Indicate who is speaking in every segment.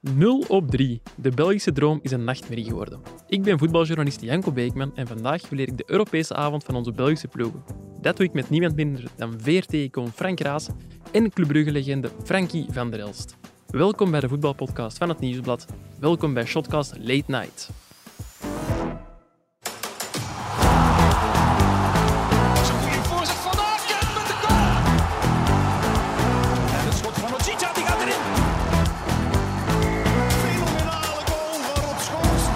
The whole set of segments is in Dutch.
Speaker 1: 0 op 3. De Belgische droom is een nachtmerrie geworden. Ik ben voetbaljournalist Janko Beekman en vandaag leer ik de Europese avond van onze Belgische ploegen. Dat doe ik met niemand minder dan VRT-icoon Frank Raas en Club Brugge-legende Frankie van der Elst. Welkom bij de voetbalpodcast van het Nieuwsblad. Welkom bij Shotcast Late Night.
Speaker 2: Zo'n goede voorzet van Aken met de goal. En het schot van Ochita, die gaat erin. Fenomenale goal van Rob Schoos.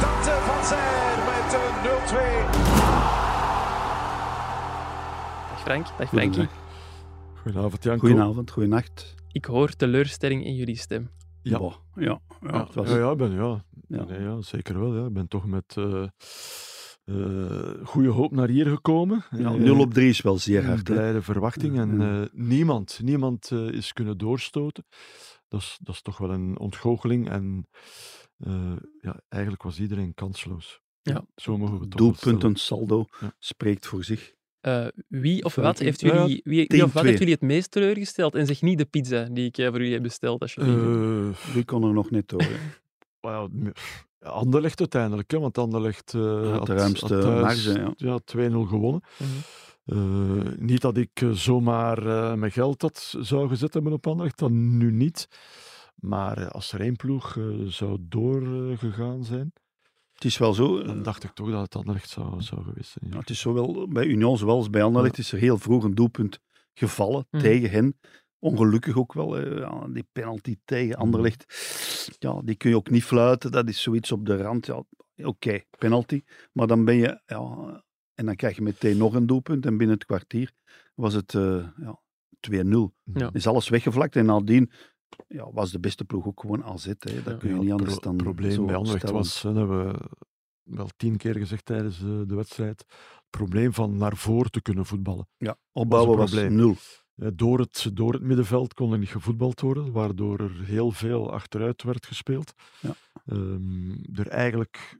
Speaker 3: Dante van Zijl met een 0-2.
Speaker 1: Dag Frank. Dag Frankie.
Speaker 4: Goedenavond, Janko.
Speaker 5: Goedenavond, goedenacht.
Speaker 1: Ik hoor teleurstelling in jullie stem.
Speaker 4: Ja.
Speaker 5: Boah, ja, ja,
Speaker 4: Ja,
Speaker 5: het was,
Speaker 4: ja, ja, ik ben, ja.
Speaker 5: Ja.
Speaker 4: Nee, ja, zeker wel. Ja. Ik ben toch met eh, eh, goede hoop naar hier gekomen.
Speaker 5: ja,
Speaker 4: Eh,
Speaker 5: 0 op 3 is wel zeer
Speaker 4: een
Speaker 5: hard. hè.
Speaker 4: blijde verwachting en
Speaker 5: Ja.
Speaker 4: eh, niemand, niemand eh, is kunnen doorstoten. Dat is, dat is toch wel een ontgoocheling en eh, ja, eigenlijk was iedereen kansloos.
Speaker 1: Ja.
Speaker 4: Zo mogen we het toch wel
Speaker 5: Doelpunten saldo
Speaker 4: Ja.
Speaker 5: spreekt voor zich.
Speaker 1: Eh, wie of
Speaker 4: Frankie.
Speaker 1: wat heeft
Speaker 4: Ja,
Speaker 1: jullie, wie, wie of wat
Speaker 5: 10-2.
Speaker 1: heeft jullie het meest teleurgesteld? En zeg niet de pizza die ik eh, voor jullie heb besteld, alsjeblieft.
Speaker 4: stellen. Eh,
Speaker 5: Die kon er nog net door. hè.
Speaker 4: Well, Anderlecht uiteindelijk, hè, want Anderlecht eh
Speaker 5: Had de ruimste
Speaker 4: thuis,
Speaker 5: marge, ja.
Speaker 4: ja, 2-0 gewonnen.
Speaker 1: Mhm.
Speaker 4: Eh, niet dat ik eh, zomaar eh, mijn geld had, zou gezet hebben op Anderlecht, dan nu niet. Maar eh, als er één ploeg eh, zou doorgegaan zijn,
Speaker 5: Het is wel zo. eh,
Speaker 4: dan dacht ik toch dat het Anderlecht zou, zou geweest zijn.
Speaker 5: ja,
Speaker 4: Ja.
Speaker 5: het is zowel bij Union zowel als bij Anderlecht is er heel vroeg een doelpunt gevallen
Speaker 1: Mhm.
Speaker 5: tegen hen. Ongelukkig ook wel. eh, ja, die penalty tegen
Speaker 1: Mm.
Speaker 5: Anderlecht. Ja, die kun je ook niet fluiten. Dat is zoiets op de rand. Ja, Oké, penalty. Maar dan ben je... Ja, en dan krijg je meteen nog een doelpunt. En binnen het kwartier was het eh, ja, 2-0.
Speaker 1: Ja.
Speaker 5: is alles weggevlakt. En nadien ja, was de beste ploeg ook gewoon AZ. Hè. Dat
Speaker 1: Ja.
Speaker 5: kun je
Speaker 4: Ja,
Speaker 5: niet
Speaker 4: het
Speaker 5: anders
Speaker 4: pro-
Speaker 5: dan
Speaker 4: probleem
Speaker 5: zo
Speaker 4: bij Anderlecht
Speaker 5: stellen.
Speaker 4: was, hè, dat hebben we wel tien keer gezegd tijdens eh, de wedstrijd, het probleem van naar voren te kunnen voetballen.
Speaker 5: Ja, opbouwen
Speaker 4: was
Speaker 5: was,
Speaker 4: een probleem.
Speaker 5: nul.
Speaker 4: Eh, Door het, door het middenveld kon er niet gevoetbald worden, waardoor er heel veel achteruit werd gespeeld.
Speaker 5: Ja.
Speaker 4: Ehm, er eigenlijk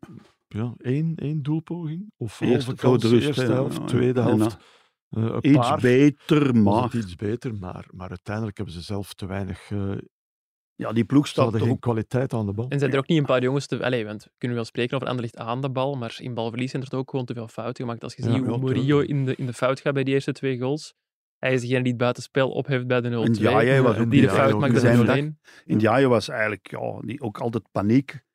Speaker 4: ja, één, één doelpoging, of
Speaker 5: Eerste
Speaker 4: overkant,
Speaker 5: grote rust,
Speaker 4: eerste
Speaker 5: hè,
Speaker 4: helft,
Speaker 5: ja, ja.
Speaker 4: tweede
Speaker 5: En
Speaker 4: helft. eh, een
Speaker 5: Iets
Speaker 4: paar
Speaker 5: beter,
Speaker 4: was
Speaker 5: maar...
Speaker 4: het iets beter, maar, maar uiteindelijk hebben ze zelf te weinig. eh,
Speaker 5: Ja, die ploeg
Speaker 4: ze
Speaker 5: staat
Speaker 4: hadden
Speaker 5: toch
Speaker 4: geen
Speaker 5: ook...
Speaker 4: kwaliteit aan de bal.
Speaker 1: En zijn er ook niet een paar jongens te... Allee, want we kunnen wel spreken over Anderlecht aan de bal, maar in balverlies zijn er toch ook gewoon te veel fouten gemaakt. Als je
Speaker 4: Ja,
Speaker 1: ziet hoe
Speaker 4: ja,
Speaker 1: Murillo
Speaker 4: tuurlijk.
Speaker 1: in de, in de fout gaat bij die eerste twee goals, hij is degene die het buitenspel opheft bij de 0-2.
Speaker 5: En ja, jij was
Speaker 4: Ja, en
Speaker 5: ook
Speaker 1: die de
Speaker 4: Ja,
Speaker 1: fout
Speaker 4: ook
Speaker 1: maakt bij
Speaker 4: zijn
Speaker 1: de 0-1.
Speaker 5: dag. In Diaye was eigenlijk ja, die ook altijd paniek.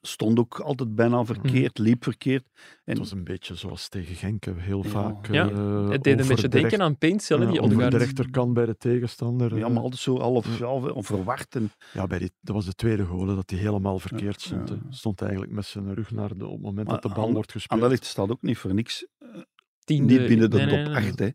Speaker 5: Stond ook altijd bijna verkeerd, liep verkeerd. En
Speaker 4: Mhm. Het was een beetje zoals tegen Genk, hè, heel
Speaker 5: Ja.
Speaker 4: vaak.
Speaker 1: Ja,
Speaker 4: eh,
Speaker 1: Het deed een
Speaker 4: over
Speaker 1: beetje
Speaker 4: de
Speaker 1: denken
Speaker 4: recht-
Speaker 1: aan Paintcell, hè,
Speaker 4: ja,
Speaker 1: die
Speaker 4: over de
Speaker 1: Odegaard.
Speaker 4: rechterkant bij de tegenstander.
Speaker 5: ja,
Speaker 4: eh,
Speaker 5: maar altijd zo half ja, onverwacht. En,
Speaker 4: Ja, bij die, dat was de tweede goal, hè, dat hij helemaal verkeerd stond.
Speaker 5: ja.
Speaker 4: hè. Stond eigenlijk met zijn rug naar de... Op het moment
Speaker 5: Maar
Speaker 4: dat de bal
Speaker 5: Ander-
Speaker 4: wordt gespeeld.
Speaker 5: Anderlecht staat ook niet voor niks.
Speaker 1: Tiende-
Speaker 5: Niet binnen de
Speaker 1: nee, nee,
Speaker 5: top
Speaker 1: nee,
Speaker 5: 8. Hè.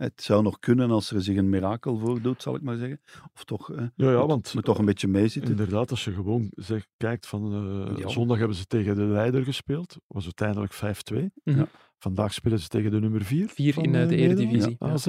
Speaker 5: Het zou nog kunnen als er zich een mirakel voordoet, zal ik maar zeggen. Of toch, eh,
Speaker 4: Ja, ja,
Speaker 5: moet-
Speaker 4: want
Speaker 5: moet toch een beetje meezitten.
Speaker 4: inderdaad, als je gewoon zegt, kijkt van... eh,
Speaker 5: Ja.
Speaker 4: Zondag hebben ze tegen de leider gespeeld. was uiteindelijk 5-2.
Speaker 1: Mhm.
Speaker 4: Vandaag spelen ze tegen de nummer 4.
Speaker 1: Vier in, eh, de Eredivisie. Ja,
Speaker 4: Ja, AZ.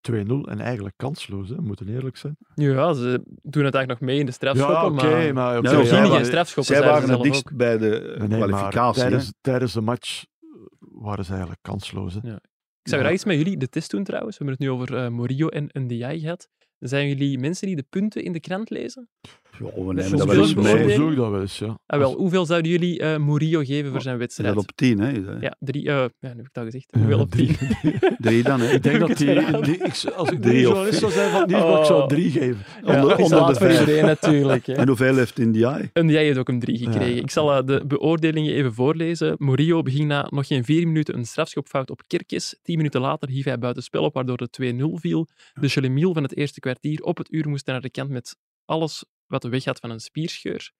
Speaker 4: 2-0 en eigenlijk kansloos, hè, we moeten eerlijk zijn.
Speaker 1: Ja, ze doen het eigenlijk nog mee in de strafschoppen,
Speaker 4: ja, oké,
Speaker 1: maar...
Speaker 4: maar... oké,
Speaker 5: Ze
Speaker 1: Ze
Speaker 5: Ja,
Speaker 1: gingen
Speaker 5: ja,
Speaker 1: geen
Speaker 4: maar-
Speaker 1: strafschoppen,
Speaker 5: Zij
Speaker 1: zeiden
Speaker 5: waren
Speaker 1: ze
Speaker 5: het
Speaker 1: zelf
Speaker 5: dichtst
Speaker 1: ook.
Speaker 5: bij de
Speaker 4: Nee,
Speaker 5: eh,
Speaker 4: nee, maar
Speaker 5: kwalificatie. hè.
Speaker 4: tijdens, tijdens de match eh, waren ze eigenlijk kansloos. Hè.
Speaker 1: Ja. Ik zou graag iets met jullie de test doen trouwens. We hebben het nu over eh, Murillo en Ndiaye gehad. Zijn jullie mensen die de punten in de krant lezen?
Speaker 5: Ja, we
Speaker 1: Soms
Speaker 5: nemen dat
Speaker 4: Soms
Speaker 5: wel eens
Speaker 1: doen
Speaker 4: doe-
Speaker 1: we
Speaker 5: mee.
Speaker 1: het.
Speaker 4: soms doe ik dat wel eens, ja.
Speaker 1: Ah, wel, hoeveel zouden jullie eh Murillo geven voor zijn
Speaker 5: Zet
Speaker 1: wedstrijd?
Speaker 5: dat op 10, hè?
Speaker 1: Ja, drie, eh, ja, nu heb ik het al gezegd.
Speaker 4: Ja,
Speaker 1: Hoeveel op
Speaker 4: drie.
Speaker 1: tien?
Speaker 5: Drie dan, hè?
Speaker 4: Ik denk dat die,
Speaker 1: Uiteraard.
Speaker 4: die ik, zou- als ik
Speaker 5: Drie
Speaker 4: drie
Speaker 5: of
Speaker 4: journalist zou zijn van het nieuwsblad, ik zou drie geven.
Speaker 5: Onder-
Speaker 1: dat is
Speaker 5: onder
Speaker 1: laat
Speaker 5: de
Speaker 1: voor
Speaker 5: vijf.
Speaker 1: iedereen natuurlijk. hè.
Speaker 5: En hoeveel heeft Indiaai?
Speaker 1: En jij hebt ook een 3 gekregen.
Speaker 4: Ja.
Speaker 1: Ik zal eh, de beoordelingen even voorlezen. Murillo beging na nog geen vier minuten een strafschopfout op Kirkes. Tien minuten later hief hij buitenspel op, waardoor de 2-0 viel. De Chelemiel van het eerste kwartier op het uur moest naar de kant met alles wat de weg had van een spierscheur.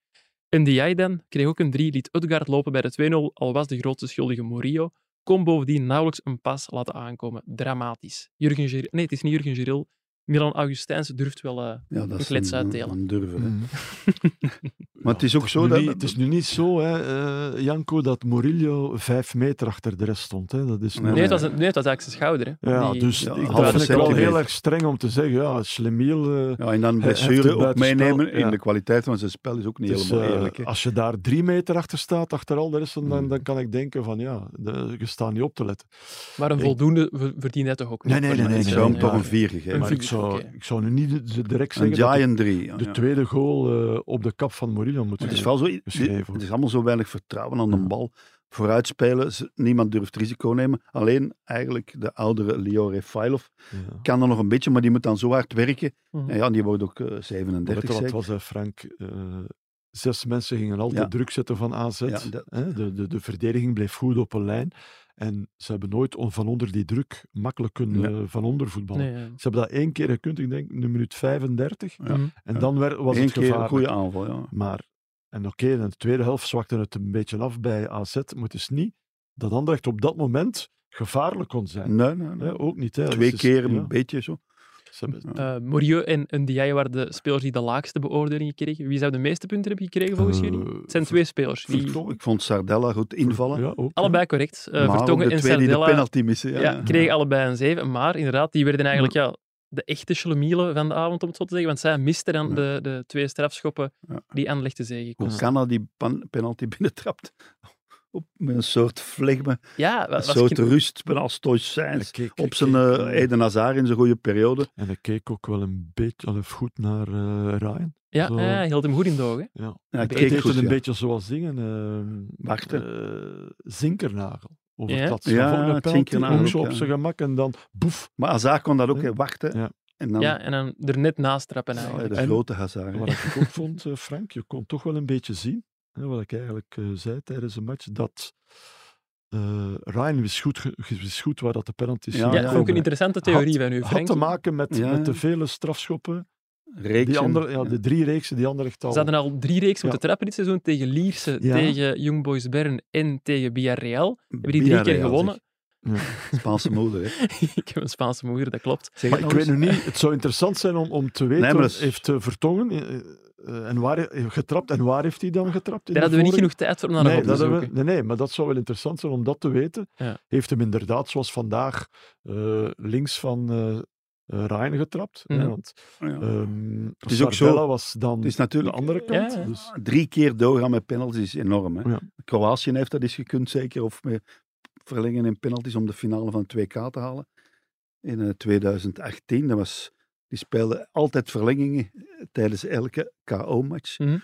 Speaker 1: En die dan kreeg ook een 3, liet Utgaard lopen bij de 2-0, al was de grootste schuldige Murillo. Kon bovendien nauwelijks een pas laten aankomen. Dramatisch. Jurgen Gir- nee, het is niet Jurgen Giril. Milan Augustijns durft wel eh,
Speaker 5: Ja, dat
Speaker 1: een
Speaker 5: is
Speaker 1: klets
Speaker 5: een,
Speaker 4: Mm.
Speaker 1: uitdelen.
Speaker 5: een durven. hè. Maar het is ook zo
Speaker 4: nu
Speaker 5: dat...
Speaker 4: niet- het is nu niet zo, hè, eh, Janko, dat Murillo vijf meter achter de rest stond. Hè. Dat is nu-
Speaker 1: Nee, het was, een- nee, het was eigenlijk zijn schouder. Hè.
Speaker 4: ja,
Speaker 1: Die-
Speaker 4: dus
Speaker 5: Ja,
Speaker 4: ik,
Speaker 5: halve
Speaker 4: dat vind ik wel
Speaker 5: centimeter.
Speaker 4: heel erg streng om te zeggen, ja, Slemiel... eh,
Speaker 5: Ja, en dan
Speaker 4: Hij heeft het
Speaker 5: blessure ook
Speaker 4: buitenspel,
Speaker 5: meenemen in
Speaker 4: ja.
Speaker 5: de kwaliteit van zijn spel is ook niet
Speaker 4: dus,
Speaker 5: helemaal
Speaker 4: eh,
Speaker 5: eerlijk. hè.
Speaker 4: als je daar drie meter achter staat, achter al de rest, dan,
Speaker 5: Hmm.
Speaker 4: dan kan ik denken van ja, de, je staat niet op te letten.
Speaker 1: Maar een
Speaker 4: Ik-
Speaker 1: voldoende ver- verdient hij toch ook niet?
Speaker 4: Nee, nee, nee,
Speaker 5: Maar
Speaker 4: nee,
Speaker 5: ik
Speaker 4: nee,
Speaker 5: zou hem
Speaker 4: nee,
Speaker 5: toch
Speaker 4: ja.
Speaker 5: een 4 gegeven.
Speaker 1: Een
Speaker 4: Maar ik
Speaker 1: vier,
Speaker 4: zou,
Speaker 1: oké.
Speaker 4: ik zou nu niet d- direct
Speaker 5: een
Speaker 4: zeggen dat ik
Speaker 5: Giant 3. ja,
Speaker 4: de
Speaker 5: ja.
Speaker 4: tweede goal eh, op de kap van Murillo moet
Speaker 5: Het is,
Speaker 4: geven.
Speaker 5: vooral zo,
Speaker 4: geschreven,
Speaker 5: het is allemaal zo weinig vertrouwen aan de
Speaker 4: Ja.
Speaker 5: bal. Vooruitspelen, ze- niemand durft risico nemen. Alleen eigenlijk de oudere Leo Refailov
Speaker 4: Ja.
Speaker 5: kan er nog een beetje, maar die moet dan zo hard werken.
Speaker 1: Mhm.
Speaker 5: En ja, die wordt ook eh,
Speaker 4: Mm. Weet
Speaker 5: 37
Speaker 4: je wat het
Speaker 5: zeker.
Speaker 4: was, hè, Frank? Eh, zes mensen gingen altijd
Speaker 5: Ja.
Speaker 4: druk zetten van AZ.
Speaker 5: Ja, dat-
Speaker 4: hè? De, de, de verdediging bleef goed op een lijn. En ze hebben nooit on- van onder die druk makkelijk kunnen
Speaker 5: Nee.
Speaker 4: eh, van onder voetballen.
Speaker 1: Nee, ja.
Speaker 4: Ze hebben dat één keer gekund, ik denk, in de minuut 35.
Speaker 5: Ja.
Speaker 1: Mhm.
Speaker 4: En
Speaker 5: Ja.
Speaker 4: dan werd, was
Speaker 5: Eén
Speaker 4: het
Speaker 5: keer een
Speaker 4: gevaarlijk.
Speaker 5: goede aanval. Ja.
Speaker 4: Maar, en oké, in de tweede helft zwakte het een beetje af bij AZ. Maar het is niet dat Anderlecht op dat moment gevaarlijk kon zijn.
Speaker 5: Nee, nee, nee.
Speaker 4: Hè, ook niet. Hè.
Speaker 5: Twee
Speaker 4: Dus het is-
Speaker 5: keer een
Speaker 4: ja,
Speaker 5: beetje zo.
Speaker 4: ze hebben-
Speaker 1: Eh, Morieu en Ndiaye waren de spelers die de laagste beoordelingen kregen. Wie zou de meeste punten hebben gekregen volgens
Speaker 4: Eh,
Speaker 1: jullie? Het zijn
Speaker 4: Ver-
Speaker 1: twee spelers. Die
Speaker 4: Vertongen.
Speaker 5: Ik vond Sardella goed invallen.
Speaker 4: Ja, ook, hè.
Speaker 1: allebei correct. Eh,
Speaker 5: maar ook
Speaker 1: Vertongen
Speaker 5: de
Speaker 1: en
Speaker 5: twee die de
Speaker 1: Sardella
Speaker 5: penalty missen. Ja,
Speaker 1: ja,
Speaker 5: ja.
Speaker 1: kregen allebei een 7. Maar inderdaad, die werden eigenlijk ja, de echte schlemielen van de avond, om het zo te zeggen. Want zij misten dan
Speaker 5: Ja.
Speaker 1: de, de twee strafschoppen
Speaker 5: Ja.
Speaker 1: die aan te zegen
Speaker 5: Hoe
Speaker 1: konden.
Speaker 5: Canna die pan- penalty binnentrapt. Op, met een soort flegma,
Speaker 1: Ja, wa-
Speaker 5: een
Speaker 1: was
Speaker 5: soort
Speaker 1: geen-
Speaker 5: rust, bijna als Toys
Speaker 4: En ik
Speaker 5: Sainz.
Speaker 4: keek-
Speaker 5: Op
Speaker 4: ik
Speaker 5: zijn
Speaker 4: keek,
Speaker 5: eh,
Speaker 4: eh,
Speaker 5: Eden Hazard in zijn goede periode.
Speaker 4: En ik keek ook wel een beetje al even goed naar eh Ryan.
Speaker 1: Ja,
Speaker 4: zo.
Speaker 1: ja, hij hield hem goed in de ogen.
Speaker 4: Ja.
Speaker 5: Ja, ik
Speaker 1: Hij
Speaker 4: Ik
Speaker 5: keek
Speaker 4: deed
Speaker 5: goed,
Speaker 4: het een
Speaker 5: ja.
Speaker 4: beetje zoals dingen. eh,
Speaker 5: Wachten.
Speaker 4: eh, zinkernagel. Over
Speaker 1: Ja.
Speaker 4: het laatste
Speaker 5: Ja,
Speaker 4: van de
Speaker 5: het
Speaker 4: penalty,
Speaker 5: Zinkernagel
Speaker 4: ook zo
Speaker 5: ook,
Speaker 4: op
Speaker 5: ja.
Speaker 4: zijn gemak en dan boef.
Speaker 5: Maar Hazard kon dat ook hè, wachten.
Speaker 4: Ja.
Speaker 5: En dan
Speaker 1: Ja, nou, en dan er net naast trappen
Speaker 5: Ja,
Speaker 1: eigenlijk.
Speaker 5: de
Speaker 4: En-
Speaker 5: grote Hazard. hè.
Speaker 4: Wat ik ook vond, eh, Frank, je kon toch wel een beetje zien, hè, wat ik eigenlijk eh, zei tijdens een match, dat eh Ryan wist goed, ge- wist goed waar dat de penalties
Speaker 5: Ja,
Speaker 1: Ja,
Speaker 4: zijn
Speaker 5: ja.
Speaker 1: ook
Speaker 4: gekomen.
Speaker 1: een interessante theorie van u,
Speaker 4: had,
Speaker 1: Frank.
Speaker 4: had te maken met,
Speaker 5: Ja,
Speaker 4: met de
Speaker 5: ja.
Speaker 4: vele strafschoppen.
Speaker 5: Reeksen.
Speaker 4: Die andere, ja, de drie reeksen die andere echt
Speaker 1: Ze
Speaker 4: al...
Speaker 1: hadden al drie reeks
Speaker 4: Ja.
Speaker 1: moeten trappen dit seizoen. Tegen Lierse,
Speaker 4: Ja.
Speaker 1: tegen Young Boys Bern en tegen Villarreal. Hebben die drie
Speaker 5: Villarreal,
Speaker 1: keer gewonnen?
Speaker 5: zeg. Spaanse moeder. Hè.
Speaker 1: ik heb een Spaanse moeder, dat klopt.
Speaker 5: Zeg
Speaker 4: Maar
Speaker 5: het
Speaker 4: ik
Speaker 5: nog
Speaker 4: weet
Speaker 5: eens.
Speaker 4: nu niet, het zou interessant zijn om, om te weten,
Speaker 5: maar dat is-
Speaker 4: heeft eh, Vertongen eh, eh, en waar, he- getrapt en waar heeft hij dan getrapt?
Speaker 1: Daar
Speaker 4: in de
Speaker 1: hadden we niet
Speaker 4: vorige-
Speaker 1: genoeg tijd voor om naar hem
Speaker 4: nee,
Speaker 1: op te
Speaker 4: dat hebben we-
Speaker 1: zoeken.
Speaker 4: nee, nee, maar dat zou wel interessant zijn om dat te weten.
Speaker 1: Ja.
Speaker 4: Heeft hem inderdaad, zoals vandaag, eh, links van eh eh, Ryan getrapt. hè,
Speaker 1: Mhm.
Speaker 4: want
Speaker 5: Ja.
Speaker 4: ehm
Speaker 5: is ook zo-
Speaker 4: Sardella was dan
Speaker 5: Het is
Speaker 4: de
Speaker 5: natuurlijk
Speaker 4: andere
Speaker 1: Ja,
Speaker 4: kant.
Speaker 1: ja.
Speaker 4: Dus,
Speaker 5: drie keer doorgaan met penalties is enorm. Hè?
Speaker 4: Ja.
Speaker 5: Kroatië heeft dat eens gekund, zeker. Of met verlengen en penalties om de finale van het 2K te halen. In eh, 2018. Dat was, die speelden altijd verlengingen eh, tijdens elke KO-match.
Speaker 1: Mhm.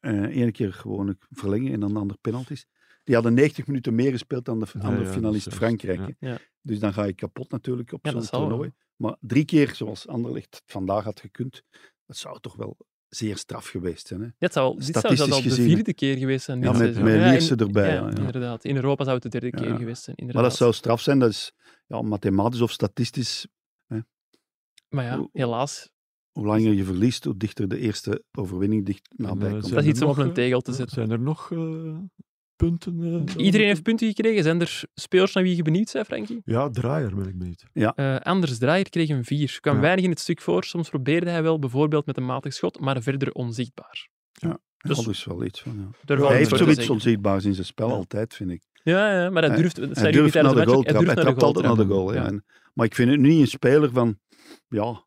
Speaker 5: Eén keer gewoon een verlengen en dan de andere penalties. Die hadden 90 minuten meer gespeeld dan de
Speaker 4: Ja,
Speaker 5: andere
Speaker 4: ja,
Speaker 5: finalist
Speaker 4: dat is juist,
Speaker 5: Frankrijk. hè.
Speaker 1: ja. Ja.
Speaker 5: Dus dan ga je kapot natuurlijk op
Speaker 1: Ja, dat
Speaker 5: zo'n
Speaker 1: zal wel.
Speaker 5: toernooi. Maar drie keer, zoals Anderlecht het vandaag had gekund, dat zou toch wel zeer straf geweest zijn. Hè?
Speaker 1: Dit zou, wel- dit zou
Speaker 5: Statistisch
Speaker 1: zelfs al de
Speaker 5: gezien.
Speaker 1: vierde keer geweest zijn. dit
Speaker 5: Ja, met-
Speaker 1: seizoen.
Speaker 5: met
Speaker 1: in-
Speaker 5: Lierse erbij, ja, ja.
Speaker 1: Inderdaad. In Europa zou het de derde
Speaker 5: Ja.
Speaker 1: keer geweest zijn.
Speaker 5: Maar
Speaker 1: Inderdaad.
Speaker 5: dat zou straf zijn, dat is ja, mathematisch of statistisch.
Speaker 1: Maar ja,
Speaker 5: Hoe-
Speaker 1: helaas.
Speaker 5: Hoe langer je verliest, hoe dichter de eerste overwinning dicht nabij
Speaker 4: eh,
Speaker 5: komt.
Speaker 4: zijn
Speaker 1: Dat is
Speaker 4: er
Speaker 1: iets om op
Speaker 4: nog,
Speaker 1: een
Speaker 4: eh,
Speaker 1: tegel te
Speaker 4: ja,
Speaker 1: zetten.
Speaker 4: Zijn er nog eh, punten? eh,
Speaker 1: Iedereen heeft punten gekregen. Zijn er spelers naar wie je benieuwd bent, Frankie?
Speaker 4: Ja, draaier ben ik benieuwd.
Speaker 1: Eh, Anders Draaier kreeg een 4. Kwam
Speaker 4: Ja.
Speaker 1: weinig in het stuk voor. Soms probeerde hij wel, bijvoorbeeld met een matig schot, maar verder onzichtbaar.
Speaker 5: Ja,
Speaker 1: dus-
Speaker 5: dat is wel iets van, ja.
Speaker 1: Daar valt
Speaker 5: Hij
Speaker 1: iets
Speaker 5: heeft
Speaker 1: voor te
Speaker 5: zoiets
Speaker 1: zeggen.
Speaker 5: onzichtbaars in zijn spel
Speaker 4: Ja.
Speaker 5: altijd, vind ik.
Speaker 1: Ja, ja, maar dat
Speaker 5: Hij-
Speaker 1: durft... dat
Speaker 5: Hij
Speaker 1: zeiden jullie
Speaker 5: durft
Speaker 1: tijdens
Speaker 5: naar de
Speaker 1: match
Speaker 5: goal
Speaker 1: ook,
Speaker 5: trappen. Hij
Speaker 1: durft naar de
Speaker 5: trapt altijd naar
Speaker 1: goal
Speaker 5: de goal. Ja. En- maar ik vind het niet een speler van, ja,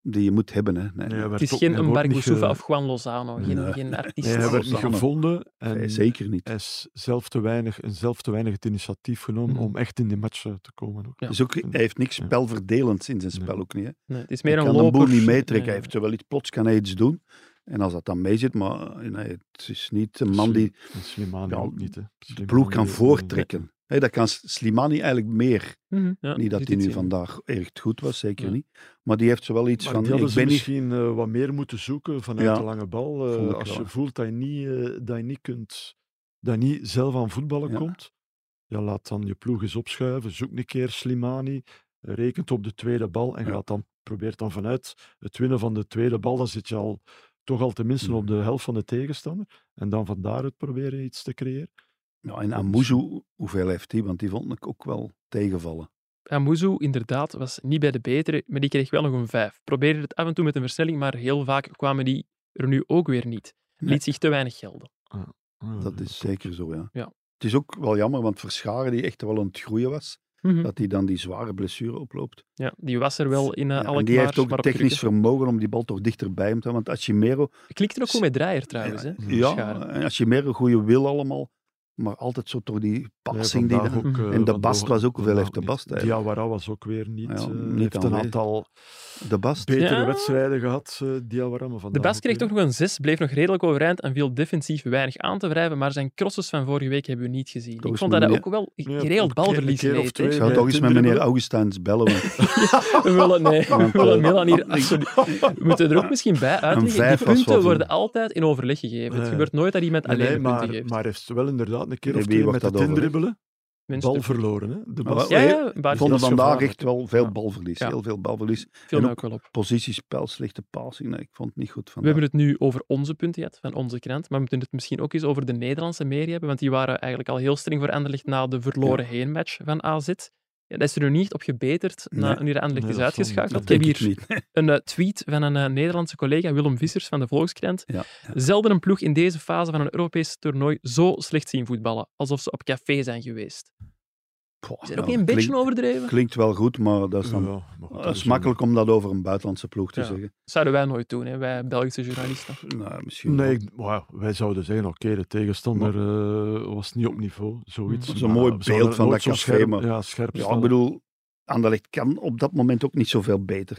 Speaker 5: die je moet hebben. Hè. Nee,
Speaker 4: Nee, hij
Speaker 1: Het
Speaker 4: werd
Speaker 1: is
Speaker 4: ook-
Speaker 1: geen
Speaker 4: hij wordt
Speaker 1: Umbar
Speaker 4: niet
Speaker 1: Goussoufa
Speaker 4: ge-
Speaker 1: of Juan Lozano. Geen,
Speaker 5: Nee.
Speaker 1: geen artiest.
Speaker 4: Nee, hij werd niet
Speaker 5: Lozano.
Speaker 4: gevonden.
Speaker 5: nee,
Speaker 4: En
Speaker 5: zeker niet.
Speaker 4: Hij is zelf te weinig, en zelf te weinig het initiatief genomen
Speaker 1: Mhm.
Speaker 4: om echt in die match eh, te komen. Ook.
Speaker 1: Ja.
Speaker 5: Dus ook, hij heeft niks
Speaker 4: Ja.
Speaker 5: spelverdelends in zijn
Speaker 4: Nee.
Speaker 5: spel ook niet. Hè.
Speaker 1: Nee, het is meer
Speaker 5: Hij
Speaker 1: een
Speaker 5: kan de
Speaker 1: loper.
Speaker 5: boel niet meetrekken.
Speaker 1: Ja.
Speaker 5: Hij heeft zowel iets plots, kan hij iets doen. En als dat dan mee zit, maar eh, nee, het is niet een man die
Speaker 4: En Slimani
Speaker 5: Ja,
Speaker 4: ook niet. Hè.
Speaker 5: de
Speaker 4: Slimani,
Speaker 5: ploeg
Speaker 4: eh,
Speaker 5: kan voortrekken. Hè, dat kan Slimani eigenlijk meer.
Speaker 1: Mhm, ja,
Speaker 5: niet
Speaker 1: zit
Speaker 5: dat hij
Speaker 1: iets
Speaker 5: nu
Speaker 1: in.
Speaker 5: vandaag erg goed was, zeker
Speaker 1: Ja.
Speaker 5: niet. Maar die heeft zowel iets
Speaker 4: Maar die
Speaker 5: van,
Speaker 4: hadden
Speaker 5: ik
Speaker 4: ze
Speaker 5: ben niet...
Speaker 4: misschien eh, wat meer moeten zoeken vanuit
Speaker 5: Ja,
Speaker 4: de lange bal. eh,
Speaker 5: vond ik
Speaker 4: als
Speaker 5: wel.
Speaker 4: je voelt dat je niet, eh, dat je niet kunt, dat je niet zelf aan voetballen
Speaker 5: Ja.
Speaker 4: komt, ja, laat dan je ploeg eens opschuiven. Zoek een keer Slimani, rekent op de tweede bal en
Speaker 5: Ja.
Speaker 4: gaat dan, probeert dan vanuit het winnen van de tweede bal, dan zit je al toch al tenminste
Speaker 5: Mhm.
Speaker 4: op de helft van de tegenstander. En dan van daaruit proberen iets te creëren.
Speaker 5: Ja, Nou, en Amuzu, hoeveel heeft hij? Want die vond ik ook wel tegenvallen.
Speaker 1: Amuzu, inderdaad, was niet bij de betere, maar die kreeg wel nog een 5. Probeerde het af en toe met een versnelling, maar heel vaak kwamen die er nu ook weer niet. liet zich te weinig gelden.
Speaker 4: Ah,
Speaker 5: Dat is zeker zo, ja.
Speaker 1: Ja.
Speaker 5: Het is ook wel jammer, want Verscharen, die echt wel aan het groeien was,
Speaker 1: Mhm.
Speaker 5: dat hij dan die zware blessure oploopt.
Speaker 1: Ja, die was er wel in eh
Speaker 5: Ja,
Speaker 1: alle
Speaker 5: en die heeft ook
Speaker 1: maar op
Speaker 5: technisch
Speaker 1: technisch...
Speaker 5: vermogen om die bal toch dichterbij hem te houden. Want Achimero,
Speaker 1: Klikt er ook goed met Draaier trouwens, hè? Scharen.
Speaker 5: ja, en Achimero, goede wil allemaal, maar altijd zo toch die passing. die dan-
Speaker 1: ook, eh,
Speaker 5: en de Bast was ook, hoeveel heeft de Bast? eigenlijk?
Speaker 4: Diawara was ook weer niet.
Speaker 5: Ja,
Speaker 4: eh,
Speaker 5: niet
Speaker 4: heeft een
Speaker 5: aanwezig.
Speaker 4: aantal
Speaker 5: De Bast.
Speaker 4: betere
Speaker 1: Ja.
Speaker 4: wedstrijden gehad, eh Diawara. maar
Speaker 1: De
Speaker 4: vandaag
Speaker 1: Bas kreeg
Speaker 4: weer-
Speaker 1: toch nog een 6, bleef nog redelijk overeind en viel defensief weinig aan te wrijven, maar zijn crosses van vorige week hebben we niet gezien.
Speaker 5: Toch
Speaker 1: Ik
Speaker 5: is
Speaker 1: vond dat hij
Speaker 5: meneer-
Speaker 1: ook wel
Speaker 4: Ja,
Speaker 1: reëel
Speaker 4: een keer-
Speaker 1: balverlies
Speaker 4: een keer of
Speaker 1: leed.
Speaker 4: twee.
Speaker 1: hè.
Speaker 5: Ik zou toch eens met meneer
Speaker 4: Indrukwekkend.
Speaker 5: Augustijns bellen. want-
Speaker 1: We willen, nee, we
Speaker 5: Want,
Speaker 1: willen
Speaker 5: eh,
Speaker 1: Milan hier absoluut... We moeten er ook misschien bij uitleggen.
Speaker 5: vijf
Speaker 1: Die
Speaker 5: was
Speaker 1: punten
Speaker 5: wat, hè.
Speaker 1: worden altijd in overleg gegeven. Het
Speaker 4: Ja.
Speaker 1: gebeurt nooit dat iemand
Speaker 4: Nee,
Speaker 1: alleen
Speaker 4: nee,
Speaker 1: de punten
Speaker 4: maar,
Speaker 1: geeft.
Speaker 4: maar heeft wel inderdaad een keer
Speaker 5: Nee,
Speaker 4: of
Speaker 5: wie
Speaker 4: twee
Speaker 5: was
Speaker 4: met
Speaker 5: dat
Speaker 4: het
Speaker 5: over?
Speaker 4: indribbelen.
Speaker 1: Mensen-
Speaker 4: Bal verloren, hè? De
Speaker 5: Maar
Speaker 4: Bas.
Speaker 5: wel-
Speaker 1: Ja, ja, een paar
Speaker 5: Ik vond hem
Speaker 4: Dat is
Speaker 5: vandaag
Speaker 4: gevaarlijk.
Speaker 5: echt wel
Speaker 1: Ja.
Speaker 5: veel balverlies.
Speaker 1: Ja.
Speaker 5: Heel veel balverlies.
Speaker 1: viel
Speaker 5: en
Speaker 1: me
Speaker 5: ook
Speaker 1: ook wel op.
Speaker 5: Positiespel, slechte passing. Nee, ik vond het niet goed
Speaker 1: We
Speaker 5: vandaag.
Speaker 1: hebben het nu over onze punten gehad, van onze krant, maar we moeten het misschien ook eens over de Nederlandse meer hebben, want die waren eigenlijk al heel streng voor Anderlecht na de verloren heenmatch van AZ. Ja, dat is er nu niet op gebeterd na,
Speaker 5: Nee.
Speaker 1: nu de Anderlecht
Speaker 4: Nee,
Speaker 1: is
Speaker 4: dat is wel-
Speaker 1: uitgeschakeld.
Speaker 5: Dat
Speaker 1: Ik heb
Speaker 5: denk ik
Speaker 1: hier
Speaker 5: niet.
Speaker 1: een eh, tweet van een eh, Nederlandse collega, Willem Vissers van de Volkskrant.
Speaker 5: Ja,
Speaker 1: Zelden een ploeg in deze fase van een Europees toernooi zo slecht zien voetballen, alsof ze op café zijn geweest.
Speaker 5: Poh,
Speaker 1: Is dat ook
Speaker 5: ja,
Speaker 1: niet een beetje
Speaker 5: Nou, klinkt-
Speaker 1: overdreven?
Speaker 5: Klinkt wel goed, maar dat is dan
Speaker 4: Ja, maar goed,
Speaker 5: Het
Speaker 4: dat
Speaker 5: is
Speaker 4: een-
Speaker 5: makkelijk om dat over een buitenlandse ploeg te
Speaker 1: Ja.
Speaker 5: zeggen.
Speaker 1: Zouden wij nooit doen, hè? wij Belgische journalisten.
Speaker 5: Nou, misschien
Speaker 4: Nee,
Speaker 5: wel.
Speaker 4: ik- wauw, wij zouden zeggen, oké, de tegenstander eh, was niet op niveau, zoiets.
Speaker 5: Dat is een
Speaker 4: maar
Speaker 5: mooi
Speaker 4: we zouden
Speaker 5: beeld van
Speaker 4: nooit
Speaker 5: dat
Speaker 4: zo
Speaker 5: café,
Speaker 4: scherp-
Speaker 5: maar-
Speaker 4: Ja, scherp
Speaker 5: Ja, ik
Speaker 4: stellen.
Speaker 5: bedoel, Anderlecht kan op dat moment ook niet zoveel beter.